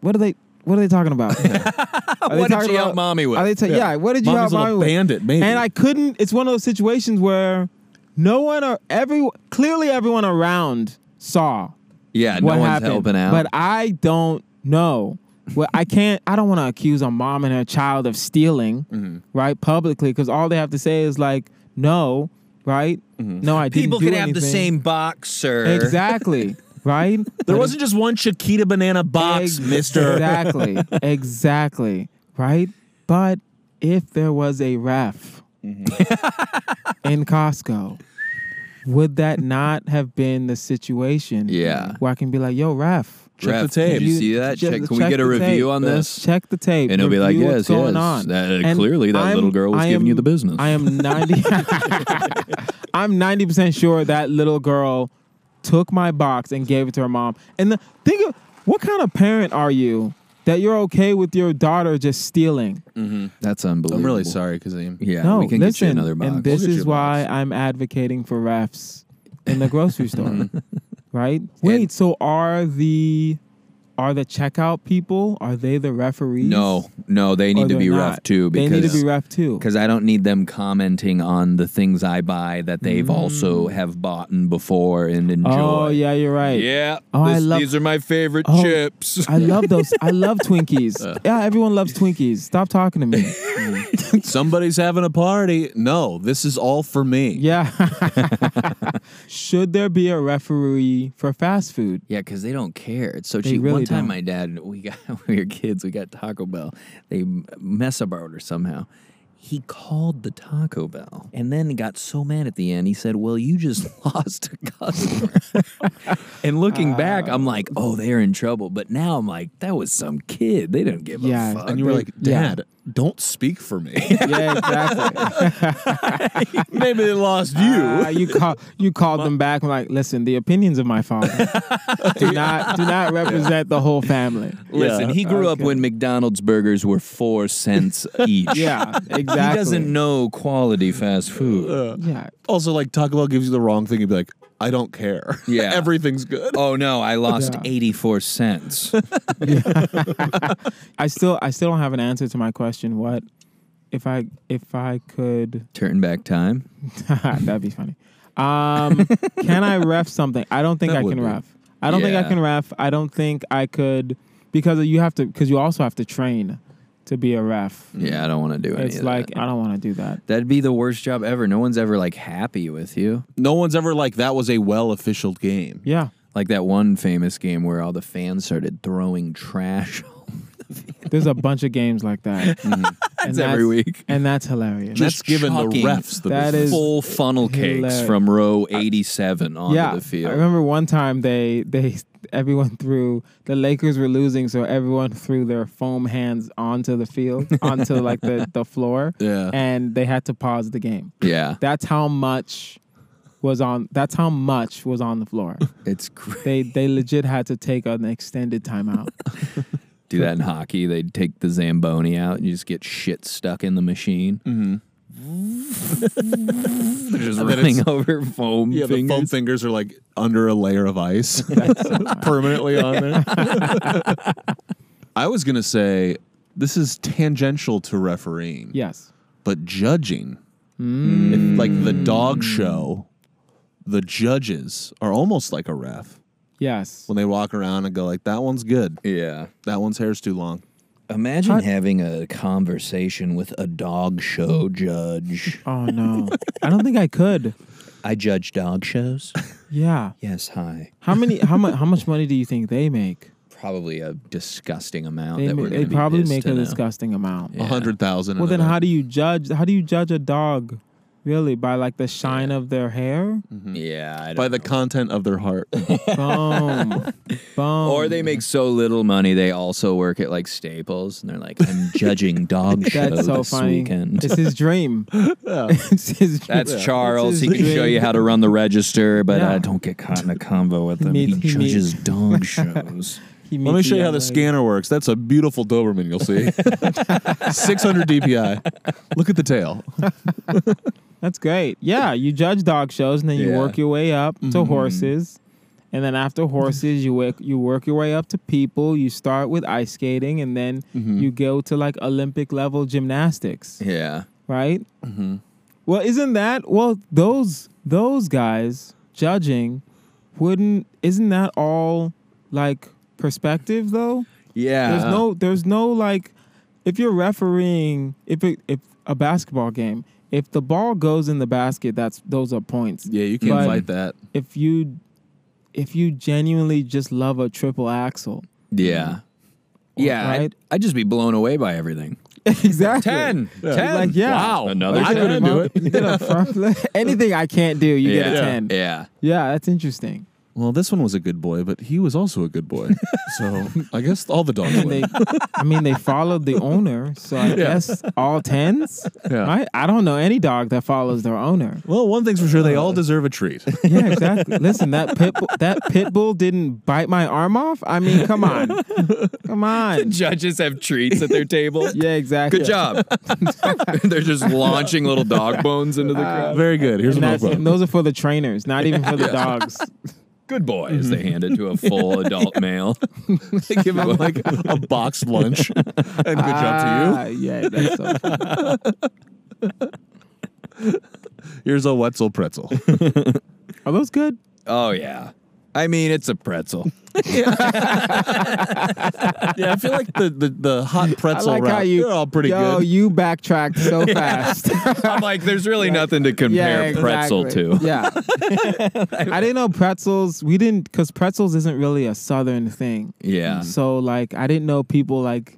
Speaker 3: "What are they? What are they talking about? Are they
Speaker 1: what did
Speaker 3: talking
Speaker 1: you help
Speaker 3: about-
Speaker 1: mommy with?
Speaker 3: Are they ta- yeah. What did you help
Speaker 2: Mommy's
Speaker 3: mommy
Speaker 2: little
Speaker 3: with?
Speaker 2: bandit, maybe.
Speaker 3: And I couldn't. It's one of those situations where no one or every clearly everyone around saw
Speaker 1: yeah,
Speaker 3: what
Speaker 1: no one's
Speaker 3: happened,
Speaker 1: helping out.
Speaker 3: but I don't know. Well, I can't. I don't want to accuse a mom and her child of stealing,
Speaker 1: Mm-hmm.
Speaker 3: right, publicly, because all they have to say is like, "No, right?
Speaker 1: Mm-hmm.
Speaker 3: No, I didn't."
Speaker 1: People
Speaker 3: do
Speaker 1: could have the
Speaker 3: anything."
Speaker 1: same box, sir.
Speaker 3: Exactly. Right?
Speaker 2: there wasn't just one Chiquita banana box,
Speaker 3: Ex-
Speaker 2: mister.
Speaker 3: Exactly. Exactly. Right? But if there was a ref
Speaker 2: Mm-hmm.
Speaker 3: in Costco, would that not have been the situation?
Speaker 1: Yeah.
Speaker 3: Where I can be like, yo, ref.
Speaker 2: Check
Speaker 1: Ref,
Speaker 2: the tape.
Speaker 1: Did you
Speaker 3: you-
Speaker 1: see that?
Speaker 3: check-
Speaker 1: Check, can we
Speaker 3: check
Speaker 1: get a
Speaker 3: the
Speaker 1: review
Speaker 3: tape. Uh,
Speaker 1: on this?
Speaker 3: Check the tape.
Speaker 1: And it'll be like,
Speaker 3: review
Speaker 1: yes,
Speaker 3: what's going
Speaker 1: yes.
Speaker 3: On.
Speaker 1: That-
Speaker 3: And
Speaker 1: clearly that
Speaker 3: I'm-
Speaker 1: little girl was
Speaker 3: I
Speaker 1: giving you the
Speaker 3: am-
Speaker 1: business.
Speaker 3: I am 90 I'm 90% sure that little girl took my box and gave it to her mom. And the, think of what kind of parent are you that you're okay with your daughter just stealing?
Speaker 1: That's unbelievable.
Speaker 2: I'm really sorry, Kazim.
Speaker 1: Yeah,
Speaker 3: no,
Speaker 1: we can
Speaker 3: listen,
Speaker 1: get you another box.
Speaker 3: and this
Speaker 2: We'll get you
Speaker 3: is
Speaker 2: a
Speaker 3: why I'm advocating for refs in the grocery store, right? Wait,
Speaker 1: And-
Speaker 3: so are the are the checkout people? Are they the referees?
Speaker 1: no, no, they
Speaker 3: Or
Speaker 1: need to
Speaker 3: Oh,
Speaker 1: be
Speaker 3: they're not?
Speaker 1: rough too because
Speaker 3: they need to be ref too.
Speaker 1: because I don't need them commenting on the things I buy that they've also have bought and before and enjoy.
Speaker 3: Mm. Oh yeah, you're right.
Speaker 5: Yeah.
Speaker 3: Oh, I
Speaker 5: this-
Speaker 3: love-
Speaker 5: these are my favorite
Speaker 3: Oh.
Speaker 5: chips.
Speaker 3: I love those. I love Twinkies.
Speaker 1: Uh.
Speaker 3: Yeah, everyone loves Twinkies. Stop talking to me.
Speaker 2: Somebody's having a party. No, this is all for me.
Speaker 3: Yeah. Should there be a referee for fast food?
Speaker 1: Yeah, because they don't care. It's so
Speaker 3: They
Speaker 1: cheap. One
Speaker 3: really
Speaker 1: time,
Speaker 3: don't.
Speaker 1: my dad and we got we were kids. We got Taco Bell. They mess up our order somehow. He called the Taco Bell and then got so mad at the end. He said, "Well, you just lost a customer." and looking back,
Speaker 3: Ah.
Speaker 1: I'm like, "Oh, they're in trouble." But now I'm like, "That was some kid. They didn't give
Speaker 3: Yeah,
Speaker 1: a fuck."
Speaker 2: And you were like,
Speaker 3: Yeah.
Speaker 2: Dad, don't speak for me.
Speaker 3: Yeah, exactly.
Speaker 2: Maybe they lost you.
Speaker 3: Uh, you call you called them back. I'm like, listen, the opinions of my father do not do not represent the whole family.
Speaker 1: Listen,
Speaker 2: Yeah.
Speaker 1: he grew up
Speaker 3: Okay.
Speaker 1: when McDonald's burgers were four cents each.
Speaker 3: Yeah, exactly.
Speaker 1: He doesn't know quality fast food.
Speaker 3: Yeah,
Speaker 2: also, like Taco Bell gives you the wrong thing. You'd be like, I don't care.
Speaker 1: Yeah.
Speaker 2: Everything's good.
Speaker 1: Oh no, I lost
Speaker 3: Yeah.
Speaker 1: 84 cents.
Speaker 3: I still I still don't have an answer to my question. What if I if I could
Speaker 1: Turn back time.
Speaker 3: that'd be funny. Um, can I ref something? I don't think
Speaker 2: That
Speaker 3: I
Speaker 2: would
Speaker 3: can
Speaker 2: be.
Speaker 3: ref. I don't think
Speaker 1: Yeah.
Speaker 3: I can ref. I don't think I could because you have to because you also have to train to be a ref.
Speaker 1: Yeah, I don't want to do any
Speaker 3: It's
Speaker 1: of
Speaker 3: like
Speaker 1: that.
Speaker 3: I don't want to do that.
Speaker 1: That'd be the worst job ever. No one's ever like happy with you.
Speaker 2: No one's ever like that was a well officialed game.
Speaker 3: Yeah,
Speaker 1: Like that one famous game where all the fans started throwing trash.
Speaker 3: there's a bunch of games like that. And that's
Speaker 1: every week.
Speaker 3: and that's hilarious.
Speaker 2: That's
Speaker 1: Just
Speaker 2: given the
Speaker 1: chalking
Speaker 2: refs the
Speaker 3: That
Speaker 2: business.
Speaker 3: is-
Speaker 1: Full funnel cakes
Speaker 3: hilarious.
Speaker 1: from row 87 onto
Speaker 3: yeah,
Speaker 1: the field.
Speaker 3: I remember one time they they everyone threw the Lakers were losing, so everyone threw their foam hands onto the field onto like the the floor.
Speaker 2: Yeah.
Speaker 3: and they had to pause the game.
Speaker 1: yeah,
Speaker 3: That's how much was on. That's how much was on the floor.
Speaker 1: it's crazy.
Speaker 3: They they legit had to take an extended timeout.
Speaker 1: Do that in hockey. They'd take the Zamboni out and you just get shit stuck in the machine. Mm-hmm. They're just
Speaker 2: And then
Speaker 1: running
Speaker 2: it's-
Speaker 1: over foam
Speaker 2: yeah, the
Speaker 1: fingers.
Speaker 2: foam fingers are like under a layer of ice permanently on there. I was going to say this is tangential to refereeing,
Speaker 3: yes,
Speaker 2: but judging. If, like the dog show, the judges are almost like a ref
Speaker 3: yes.
Speaker 2: when they walk around and go like that one's good.
Speaker 1: Yeah.
Speaker 2: That one's hair's too long.
Speaker 1: Imagine having a conversation with a dog show judge.
Speaker 3: Oh no, I don't think I could.
Speaker 1: I judge dog shows.
Speaker 3: Yeah.
Speaker 1: Yes, hi.
Speaker 3: How many? How much? How much money do you think they make?
Speaker 1: Probably a disgusting amount
Speaker 3: They,
Speaker 1: that
Speaker 3: ma-
Speaker 1: we're
Speaker 3: they
Speaker 1: going to
Speaker 3: probably make a disgusting amount.
Speaker 2: A hundred thousand.
Speaker 3: Well,
Speaker 2: in
Speaker 3: then
Speaker 2: a
Speaker 3: how do you judge? How do you judge a dog? Really, by like the shine of their hair?
Speaker 1: Mm. Yeah, I don't
Speaker 2: by the content of their heart.
Speaker 3: Boom, boom.
Speaker 1: Or they make so little money they also work at like Staples and they're like, I'm judging dog show
Speaker 3: That's so
Speaker 1: this
Speaker 3: funny.
Speaker 1: weekend.
Speaker 3: It's his dream. it's his dream.
Speaker 1: That's Charles.
Speaker 3: It's
Speaker 1: He
Speaker 3: his
Speaker 1: can show
Speaker 3: dream.
Speaker 1: you how to run the register, but
Speaker 3: Yeah.
Speaker 1: uh, don't get caught in a combo with him.
Speaker 3: meets-
Speaker 1: he
Speaker 3: he meets-
Speaker 1: judges dog shows.
Speaker 3: He
Speaker 2: Let me
Speaker 3: meets
Speaker 2: show you how
Speaker 3: young
Speaker 2: the
Speaker 3: lady.
Speaker 2: scanner works. That's a beautiful Doberman you'll see. 600 DPI. Look at the tail.
Speaker 3: That's great. Yeah, you judge dog shows and then you
Speaker 1: Yeah. Mm-hmm.
Speaker 3: work your way up to horses. And then after horses, you work you work your way up to people. You start with ice skating, and then
Speaker 1: Mm-hmm.
Speaker 3: you go to like Olympic level gymnastics,
Speaker 1: yeah.
Speaker 3: right? Mm-hmm. Well, isn't that well those those guys judging wouldn't isn't that all like perspective though?
Speaker 1: Yeah.
Speaker 3: There's no there's no like if you're refereeing if it, if a basketball game, if the ball goes in the basket, that's those are points.
Speaker 2: Yeah, you can't
Speaker 3: But-
Speaker 2: fight that.
Speaker 3: If you if you genuinely just love a triple axel.
Speaker 1: Yeah. Yeah.
Speaker 3: Right?
Speaker 1: I'd, I'd just be blown away by everything.
Speaker 3: exactly.
Speaker 1: 10.
Speaker 2: Yeah.
Speaker 1: 10.
Speaker 3: Like, yeah.
Speaker 1: Wow. Another
Speaker 2: Like, I
Speaker 1: ten.
Speaker 2: couldn't do it.
Speaker 3: You get a front flip. Anything I can't do, you
Speaker 1: yeah.
Speaker 3: get a ten. Yeah.
Speaker 1: Yeah.
Speaker 3: that's interesting.
Speaker 2: Well, this one was a good boy, but he was also a good boy. so I guess all the dogs
Speaker 3: They,
Speaker 2: win.
Speaker 3: I mean, they followed the owner, so I guess all tens.
Speaker 2: Yeah.
Speaker 3: Right? I don't know any dog that follows their owner.
Speaker 2: Well, one thing's for sure, they all deserve a treat.
Speaker 3: Yeah, exactly. Listen, that pit bull, that pit bull didn't bite my arm off. I mean, come on, come on.
Speaker 1: Judges have treats at their table.
Speaker 3: Yeah, exactly.
Speaker 1: Good job. They're just launching little dog bones into
Speaker 3: Uh,
Speaker 1: the crowd.
Speaker 2: Very good. Here's
Speaker 3: And,
Speaker 2: another
Speaker 3: that's, and
Speaker 2: problem.
Speaker 3: those are for the trainers, not even for the dogs.
Speaker 1: Good boy,
Speaker 3: mm-hmm.
Speaker 1: as they hand it to a full adult male.
Speaker 2: They give him like a boxed lunch. and good job to
Speaker 3: Ah, yeah, that's so funny.
Speaker 2: you. Here's a Wetzel pretzel.
Speaker 3: Are those good?
Speaker 1: Oh yeah. I mean, it's a pretzel.
Speaker 2: yeah, I feel like the, the, the hot
Speaker 3: I
Speaker 2: pretzel
Speaker 3: like how
Speaker 2: wrap,
Speaker 3: you.
Speaker 2: they're all pretty
Speaker 3: yo,
Speaker 2: good.
Speaker 3: you backtracked so fast.
Speaker 1: I'm like, there's really nothing to compare
Speaker 3: yeah,
Speaker 1: pretzel
Speaker 3: exactly.
Speaker 1: to.
Speaker 3: Yeah. I didn't know pretzels. We didn't because pretzels isn't really a southern thing.
Speaker 1: Yeah.
Speaker 3: So like, I didn't know people like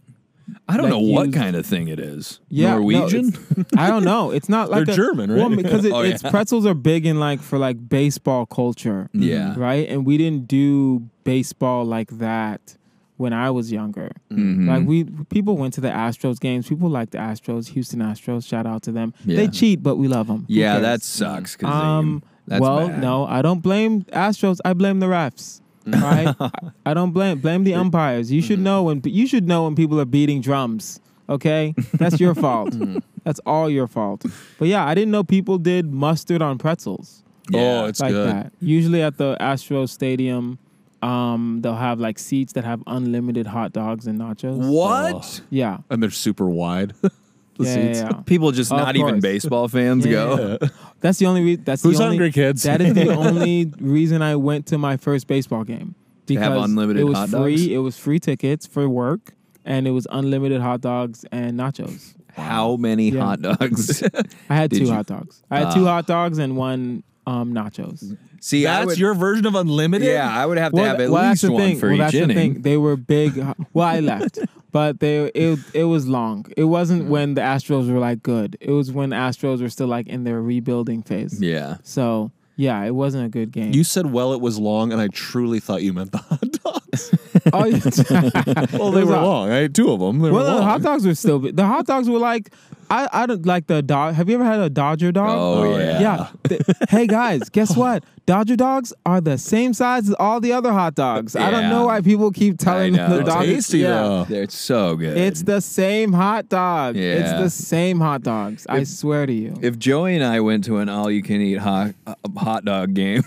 Speaker 1: I don't
Speaker 3: Like
Speaker 1: know what
Speaker 3: used-
Speaker 1: kind of thing it is.
Speaker 3: Yeah, no,
Speaker 1: Norwegian?
Speaker 3: it's- I don't know. It's not like
Speaker 2: They're
Speaker 3: a-
Speaker 2: German,
Speaker 3: Well,
Speaker 2: right?
Speaker 3: because it,
Speaker 1: Oh,
Speaker 3: it's
Speaker 1: yeah. Mm-hmm.
Speaker 3: pretzels are big in like for like baseball culture.
Speaker 1: Yeah.
Speaker 3: Right, and we didn't do baseball like that when I was younger.
Speaker 1: Mm-hmm.
Speaker 3: Like we people went to the Astros games. People like the Astros, Houston Astros. Shout out to them.
Speaker 1: Yeah.
Speaker 3: They cheat, but we love them.
Speaker 1: yeah, that sucks. 'cause,
Speaker 3: mm, Um.
Speaker 1: that's
Speaker 3: well,
Speaker 1: bad.
Speaker 3: no, I don't blame Astros. I blame the refs.
Speaker 2: Mm.
Speaker 3: Right. I, I don't blame blame the umpires. You should know when you should know when people are beating drums. Okay, that's your
Speaker 2: Mm.
Speaker 3: fault. that's all your fault. But yeah, I didn't know people did mustard on pretzels.
Speaker 2: Oh, it's
Speaker 3: like
Speaker 2: good.
Speaker 3: that. Usually at the Astro Stadium, um, they'll have like seats that have unlimited hot dogs and nachos.
Speaker 1: What?
Speaker 3: Yeah.
Speaker 2: And they're super wide. the
Speaker 3: yeah, yeah,
Speaker 2: seats.
Speaker 3: yeah.
Speaker 1: People just
Speaker 3: Of
Speaker 1: not even
Speaker 3: course.
Speaker 1: baseball fans
Speaker 3: Yeah,
Speaker 1: go.
Speaker 3: yeah, yeah. That's the only reason. That's
Speaker 2: Who's
Speaker 3: the only,
Speaker 2: hungry, kids?
Speaker 3: That is the only reason I went to my first baseball game because
Speaker 1: have unlimited
Speaker 3: it was
Speaker 1: hot
Speaker 3: free.
Speaker 1: dogs?
Speaker 3: It was free tickets for work, and it was unlimited hot dogs and nachos.
Speaker 1: How many
Speaker 3: Yeah.
Speaker 1: hot dogs?
Speaker 3: I had
Speaker 1: Did
Speaker 3: two
Speaker 1: you- Ah.
Speaker 3: hot dogs. I had two hot dogs and one um, nachos.
Speaker 1: See, I
Speaker 2: That's
Speaker 1: would-
Speaker 2: your version of unlimited.
Speaker 1: Yeah, I would have to have
Speaker 3: th-
Speaker 1: at
Speaker 3: that's
Speaker 1: least
Speaker 3: the
Speaker 1: one
Speaker 3: thing.
Speaker 1: for
Speaker 3: well,
Speaker 1: each
Speaker 3: that's
Speaker 1: inning.
Speaker 3: The thing. They were big. Well, I left, but they it it was long. It
Speaker 1: Mm.
Speaker 3: wasn't when the Astros were like good. It was when Astros were still like in their rebuilding phase.
Speaker 1: Yeah.
Speaker 3: So yeah, it wasn't a good game.
Speaker 2: You said, well, it was long, and I truly thought you meant the hot dogs.
Speaker 3: Oh, yeah.
Speaker 2: well, they
Speaker 3: It was
Speaker 2: were
Speaker 3: hot.
Speaker 2: long. I ate two of them. They were
Speaker 3: Well, the
Speaker 2: long.
Speaker 3: hot dogs were still. The hot dogs were like, I, I don't like the dog. Have you ever had a Dodger dog?
Speaker 1: Oh, Oh, yeah.
Speaker 3: yeah. Th- hey guys, guess what? Dodger dogs are the same size as all the other hot dogs. I don't
Speaker 1: Yeah.
Speaker 3: know why people keep telling
Speaker 1: know.
Speaker 3: the
Speaker 1: They're
Speaker 3: Dodgers.
Speaker 2: tasty, though.
Speaker 1: They're so good.
Speaker 3: It's the same hot dog. It's
Speaker 1: Yeah.
Speaker 3: the same hot dogs. I swear to you.
Speaker 1: if Joey and I went to an all-you-can-eat hot uh, hot dog game,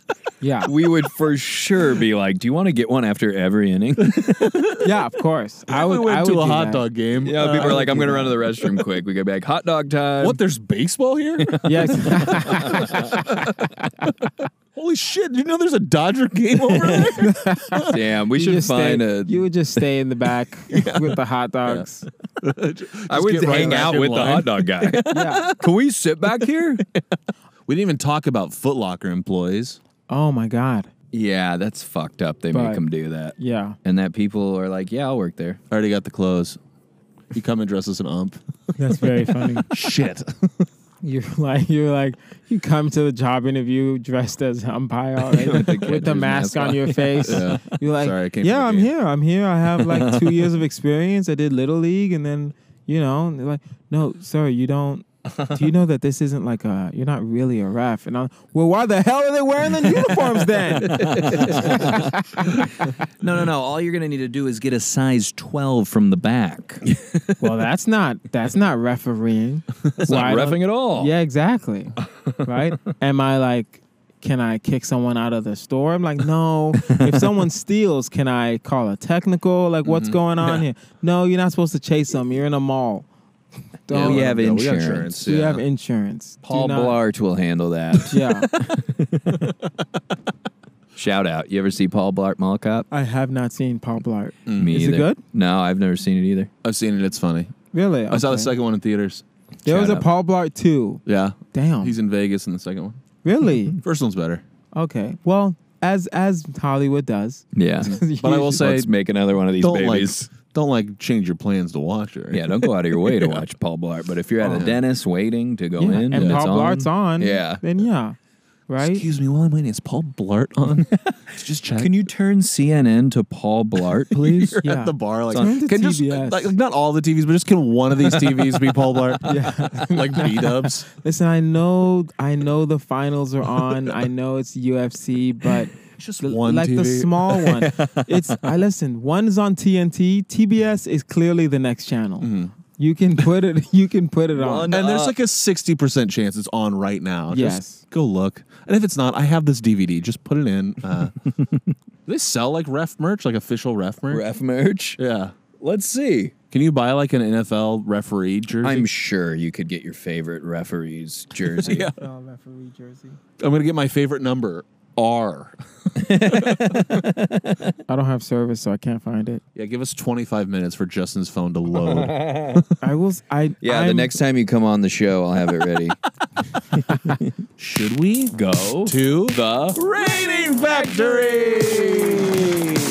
Speaker 3: yeah.
Speaker 1: we would for sure be like, "Do you want to get one after every inning?"
Speaker 3: yeah, of course. I
Speaker 2: we
Speaker 3: would
Speaker 2: went
Speaker 3: I would
Speaker 2: to a
Speaker 3: do
Speaker 2: hot
Speaker 3: that.
Speaker 2: dog game.
Speaker 1: Yeah, people
Speaker 2: Uh,
Speaker 1: are like, "I'm going to run to the restroom quick." We go back, "Hot dog time!"
Speaker 2: What? There's baseball here?
Speaker 3: Yes.
Speaker 2: Holy shit! You know there's a Dodger game over there.
Speaker 1: Damn, we
Speaker 3: You
Speaker 1: should
Speaker 3: just stay-
Speaker 1: find a.
Speaker 3: You would just stay in the back with the hot dogs.
Speaker 1: I
Speaker 2: Just
Speaker 1: would
Speaker 2: get right
Speaker 1: hang
Speaker 2: back
Speaker 1: out
Speaker 2: in
Speaker 1: with the
Speaker 2: line.
Speaker 1: hot dog guy.
Speaker 3: Yeah.
Speaker 1: Can we sit back here?
Speaker 2: We didn't even talk about Foot Locker employees.
Speaker 3: Oh my god.
Speaker 1: yeah, that's fucked up. They
Speaker 3: But-
Speaker 1: make them do that,
Speaker 3: Yeah.
Speaker 1: and that people are like, "Yeah, I'll work there."
Speaker 2: Already got the clothes. You come and dress as an ump.
Speaker 3: That's very funny.
Speaker 2: shit.
Speaker 3: You're like you're like you come to the job interview dressed as an umpire already with the,
Speaker 1: catcher's
Speaker 3: mask
Speaker 1: mask
Speaker 3: on
Speaker 1: on.
Speaker 3: your face.
Speaker 2: Yeah.
Speaker 3: You're like,
Speaker 2: Sorry, I came
Speaker 3: yeah,
Speaker 2: for
Speaker 3: I'm
Speaker 2: the game."
Speaker 3: here. I'm here. I have like two years of experience. I did little league, and then you know, and they're like, no, sir, you don't. Do you know that this isn't like a? You're not really a ref. And I'm well. Why the hell are they wearing the uniforms then?
Speaker 1: No, no, no. All you're going to need to do is get a size 12 from the back.
Speaker 3: well, that's not that's not refereeing. That's
Speaker 1: Not refing at all.
Speaker 3: Yeah, exactly. right? Am I like, can I kick someone out of the store? I'm like, no. if someone steals, can I call a technical? Like, what's
Speaker 1: Mm-hmm.
Speaker 3: going on here? No, you're not supposed to chase them. You're in a mall.
Speaker 1: Yeah,
Speaker 3: Don't.
Speaker 1: we have
Speaker 2: no, we got
Speaker 1: insurance.
Speaker 2: insurance,
Speaker 3: You
Speaker 2: yeah.
Speaker 3: have insurance. Do
Speaker 1: Paul
Speaker 3: not-
Speaker 1: Blart will handle that.
Speaker 3: Yeah,
Speaker 1: Shout out. You ever see Paul Blart Mall Cop?
Speaker 3: I have not seen Paul Blart.
Speaker 1: Mm, Me
Speaker 3: Mm. Is it
Speaker 1: either.
Speaker 3: good?
Speaker 1: No, I've never seen it either.
Speaker 2: I've seen it. It's funny.
Speaker 3: Really?
Speaker 2: I saw the
Speaker 3: Okay.
Speaker 2: second one in theaters.
Speaker 3: There was
Speaker 1: Shout
Speaker 3: a
Speaker 1: out.
Speaker 3: Paul Blart too.
Speaker 2: Yeah.
Speaker 3: Damn.
Speaker 2: He's in Vegas in the second one.
Speaker 3: really?
Speaker 2: First one's better.
Speaker 3: Okay. Well, as as Hollywood does.
Speaker 1: Yeah.
Speaker 2: But I will say,
Speaker 1: Let's make another one of these
Speaker 2: don't
Speaker 1: babies.
Speaker 2: like don't like change your plans to watch it. right?
Speaker 1: yeah, don't go out of your way to watch Paul Blart. But if you're at a dentist waiting to go
Speaker 3: Yeah,
Speaker 1: in
Speaker 3: and
Speaker 1: it's
Speaker 3: Paul Blart's on.
Speaker 1: Yeah.
Speaker 3: Then yeah. Right?
Speaker 2: Excuse me, while I'm waiting, is Paul Blart on? just check.
Speaker 1: Can you turn CNN to Paul Blart, please?
Speaker 2: You're
Speaker 3: Yeah.
Speaker 2: at the bar like
Speaker 3: Turn to
Speaker 2: can just
Speaker 3: TBS.
Speaker 2: like, like, not all the TVs, but just can one of these TVs be Paul Blart? yeah, like B Dubs.
Speaker 3: Listen, I know, I know the finals are on. I know it's UFC, but
Speaker 2: Just
Speaker 3: l-
Speaker 2: one
Speaker 3: like the
Speaker 2: TV.
Speaker 3: small one. It's I listen. One's on TNT. TBS is clearly the next channel. You can put it. You can put it on.
Speaker 1: One-
Speaker 2: And there's
Speaker 1: Uh,
Speaker 2: like a sixty percent chance it's on right now. Just
Speaker 3: Yes.
Speaker 2: go look. And if it's not, I have this DVD. Just put it in. Uh, do they sell like ref merch, like official ref merch?
Speaker 1: Ref merch.
Speaker 2: Yeah.
Speaker 1: Let's see.
Speaker 2: Can you buy like an NFL referee jersey?
Speaker 1: I'm sure you could get your favorite referee's jersey.
Speaker 2: Yeah.
Speaker 3: referee jersey.
Speaker 2: I'm gonna get my favorite number R.
Speaker 3: I don't have service, so I can't find it.
Speaker 2: Yeah, give us 25 minutes for Justin's phone to load.
Speaker 3: I will. s- I
Speaker 1: Yeah, the
Speaker 3: I'm-
Speaker 1: next time you come on the show, I'll have it ready.
Speaker 2: Should we
Speaker 1: Go
Speaker 2: to
Speaker 1: the
Speaker 2: Rating Factory?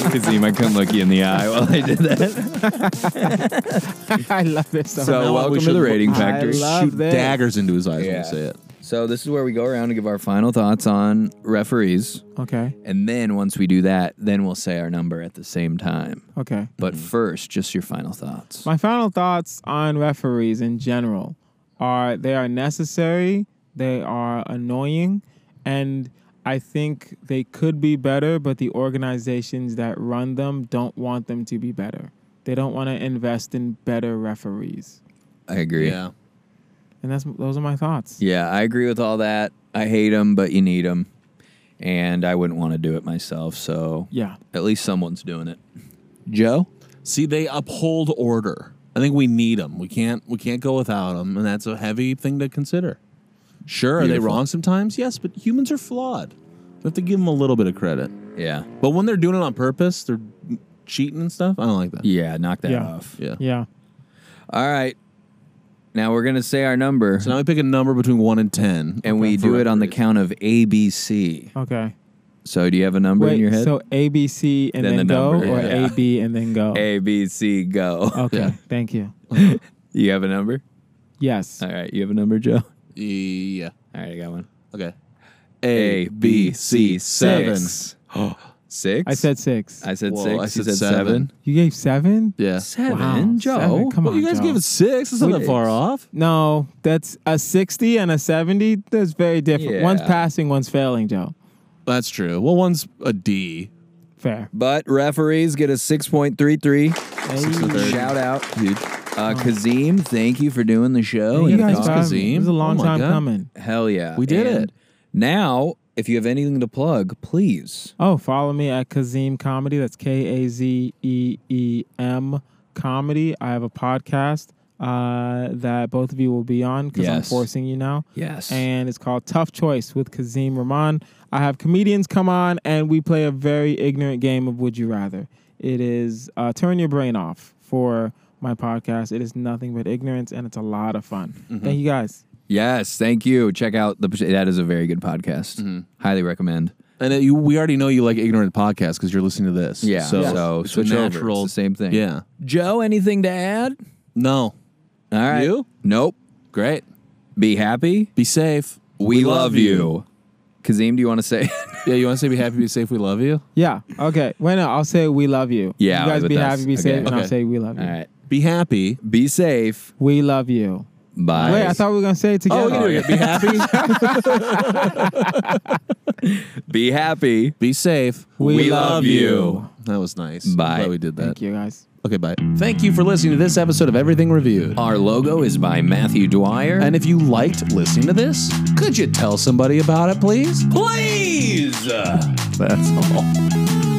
Speaker 1: because he might come look you in the eye while I did that.
Speaker 3: I love it so.
Speaker 1: So
Speaker 2: we
Speaker 1: welcome to
Speaker 2: should
Speaker 1: the rating
Speaker 2: look-
Speaker 1: factor.
Speaker 3: I love
Speaker 2: Shoot
Speaker 3: this.
Speaker 2: daggers into his eyes when
Speaker 1: Yeah.
Speaker 2: you say it.
Speaker 1: So this is where we go around and give our final thoughts on referees,
Speaker 3: much. okay.
Speaker 1: and then once we do that, then we'll say our number at the same time.
Speaker 3: Okay.
Speaker 1: But first, just your final thoughts.
Speaker 3: My final thoughts on referees in general are they are necessary, they are annoying, and I think they could be better, but the organizations that run them don't want them to be better. They don't want to invest in better referees.
Speaker 1: I agree.
Speaker 2: Yeah.
Speaker 3: And that's those are my thoughts.
Speaker 1: Yeah, I agree with all that. I hate them, but you need them. And I wouldn't want to do it myself, so
Speaker 3: Yeah.
Speaker 1: at least someone's doing it. Joe?
Speaker 2: See, they uphold order. I think we need them. We can't we can't go without them, and that's a heavy thing to consider. Sure, are they
Speaker 1: Beautiful.
Speaker 2: wrong sometimes? Yes, but humans are flawed. We have to give them a little bit of credit.
Speaker 1: Yeah.
Speaker 2: But when they're doing it on purpose, they're cheating and stuff. I don't like that.
Speaker 1: Yeah, knock that
Speaker 3: Yeah.
Speaker 1: off.
Speaker 2: Yeah.
Speaker 3: Yeah.
Speaker 1: All right. Now we're going to say our number,
Speaker 2: So now we pick a number between one and ten,
Speaker 1: and we
Speaker 2: For
Speaker 1: do it on the
Speaker 2: referees.
Speaker 1: count of ABC.
Speaker 3: Okay.
Speaker 1: So do you have a number in your head?
Speaker 3: so A B C and
Speaker 1: Then
Speaker 3: then,
Speaker 1: the
Speaker 3: go,
Speaker 1: number,
Speaker 3: or
Speaker 1: yeah.
Speaker 3: A B and then go.
Speaker 1: A, B, C, go.
Speaker 3: okay,
Speaker 2: yeah.
Speaker 3: thank you.
Speaker 1: You have a number?
Speaker 3: Yes.
Speaker 1: All right. You have a number, Joe?
Speaker 2: Yeah.
Speaker 1: All right, I got one.
Speaker 2: Okay.
Speaker 1: A, B, C, seven. Six?
Speaker 3: I said six.
Speaker 1: I said
Speaker 2: Whoa,
Speaker 1: six.
Speaker 2: I
Speaker 1: you
Speaker 2: said
Speaker 1: said seven.
Speaker 2: seven.
Speaker 3: you gave seven?
Speaker 2: Yeah.
Speaker 1: Seven,
Speaker 3: Wow,
Speaker 1: Joe.
Speaker 3: seven, Come
Speaker 2: Well,
Speaker 3: on,
Speaker 2: you guys
Speaker 3: Joe.
Speaker 2: gave it six. It's not that far off.
Speaker 3: No, that's a sixty and a seventy. That's very different. One's
Speaker 1: Yeah.
Speaker 3: passing, one's failing, Joe.
Speaker 2: That's true. Well, one's a D.
Speaker 3: Fair.
Speaker 1: But referees get a 6.33.
Speaker 3: Hey.
Speaker 2: and a third.
Speaker 1: Shout out. Uh, Kazim, thank you for doing the show.
Speaker 3: You
Speaker 1: and
Speaker 3: guys
Speaker 1: talking.
Speaker 3: got me. It was a
Speaker 2: Oh, Kazim.
Speaker 3: long
Speaker 2: Oh my
Speaker 3: time
Speaker 2: God.
Speaker 3: coming.
Speaker 1: Hell yeah.
Speaker 2: We did
Speaker 1: And
Speaker 2: it.
Speaker 1: Now, if you have anything to plug, please.
Speaker 3: Oh, follow me at Kazim Comedy. That's K A Z E E M Comedy. I have a podcast uh, that both of you will be on because I'm
Speaker 1: Yes.
Speaker 3: forcing you now.
Speaker 1: Yes.
Speaker 3: and it's called Tough Choice with Kazim Rahman. I have comedians come on, and we play a very ignorant game of Would You Rather. It is uh, turn your brain off for my podcast. It is nothing but ignorance, and it's a lot of fun.
Speaker 1: Mm-hmm.
Speaker 3: Thank you guys.
Speaker 1: yes. Thank you. Check out the. That is a very good podcast. Highly recommend.
Speaker 2: And it, you, we already know you like ignorant podcasts because you're listening to this.
Speaker 1: Yeah.
Speaker 2: So,
Speaker 1: So
Speaker 2: it's a
Speaker 1: switch over. It's
Speaker 2: natural.
Speaker 1: the same thing.
Speaker 2: Yeah.
Speaker 1: Joe, anything to add?
Speaker 2: No.
Speaker 1: All right.
Speaker 2: You?
Speaker 1: Nope.
Speaker 2: Great.
Speaker 1: Be happy.
Speaker 2: Be safe.
Speaker 1: We, love, you. Kazim, do you want to say?
Speaker 2: Yeah. You want to say be happy, be safe. We love you.
Speaker 3: Yeah. Okay. Wait, no, I'll say we love you.
Speaker 1: Yeah,
Speaker 3: You guys
Speaker 1: with
Speaker 3: be
Speaker 1: us.
Speaker 3: happy, be
Speaker 1: Okay.
Speaker 3: safe, and I'll
Speaker 2: Okay.
Speaker 3: say we love you.
Speaker 1: All right.
Speaker 2: Be happy.
Speaker 1: Be safe.
Speaker 3: We love you.
Speaker 1: Bye.
Speaker 3: Wait, I thought we were gonna say it together.
Speaker 2: Oh, we can do it. Be happy.
Speaker 1: Be happy.
Speaker 2: be safe.
Speaker 3: We
Speaker 1: love you.
Speaker 2: That was nice.
Speaker 1: Bye.
Speaker 2: I'm glad we did that.
Speaker 3: Thank you guys.
Speaker 2: Okay. Bye. Thank you for listening to this episode of Everything Reviewed.
Speaker 1: Our logo is by Matthew Dwyer.
Speaker 2: And if you liked listening to this, could you tell somebody about it, please?
Speaker 5: Please.
Speaker 2: That's all.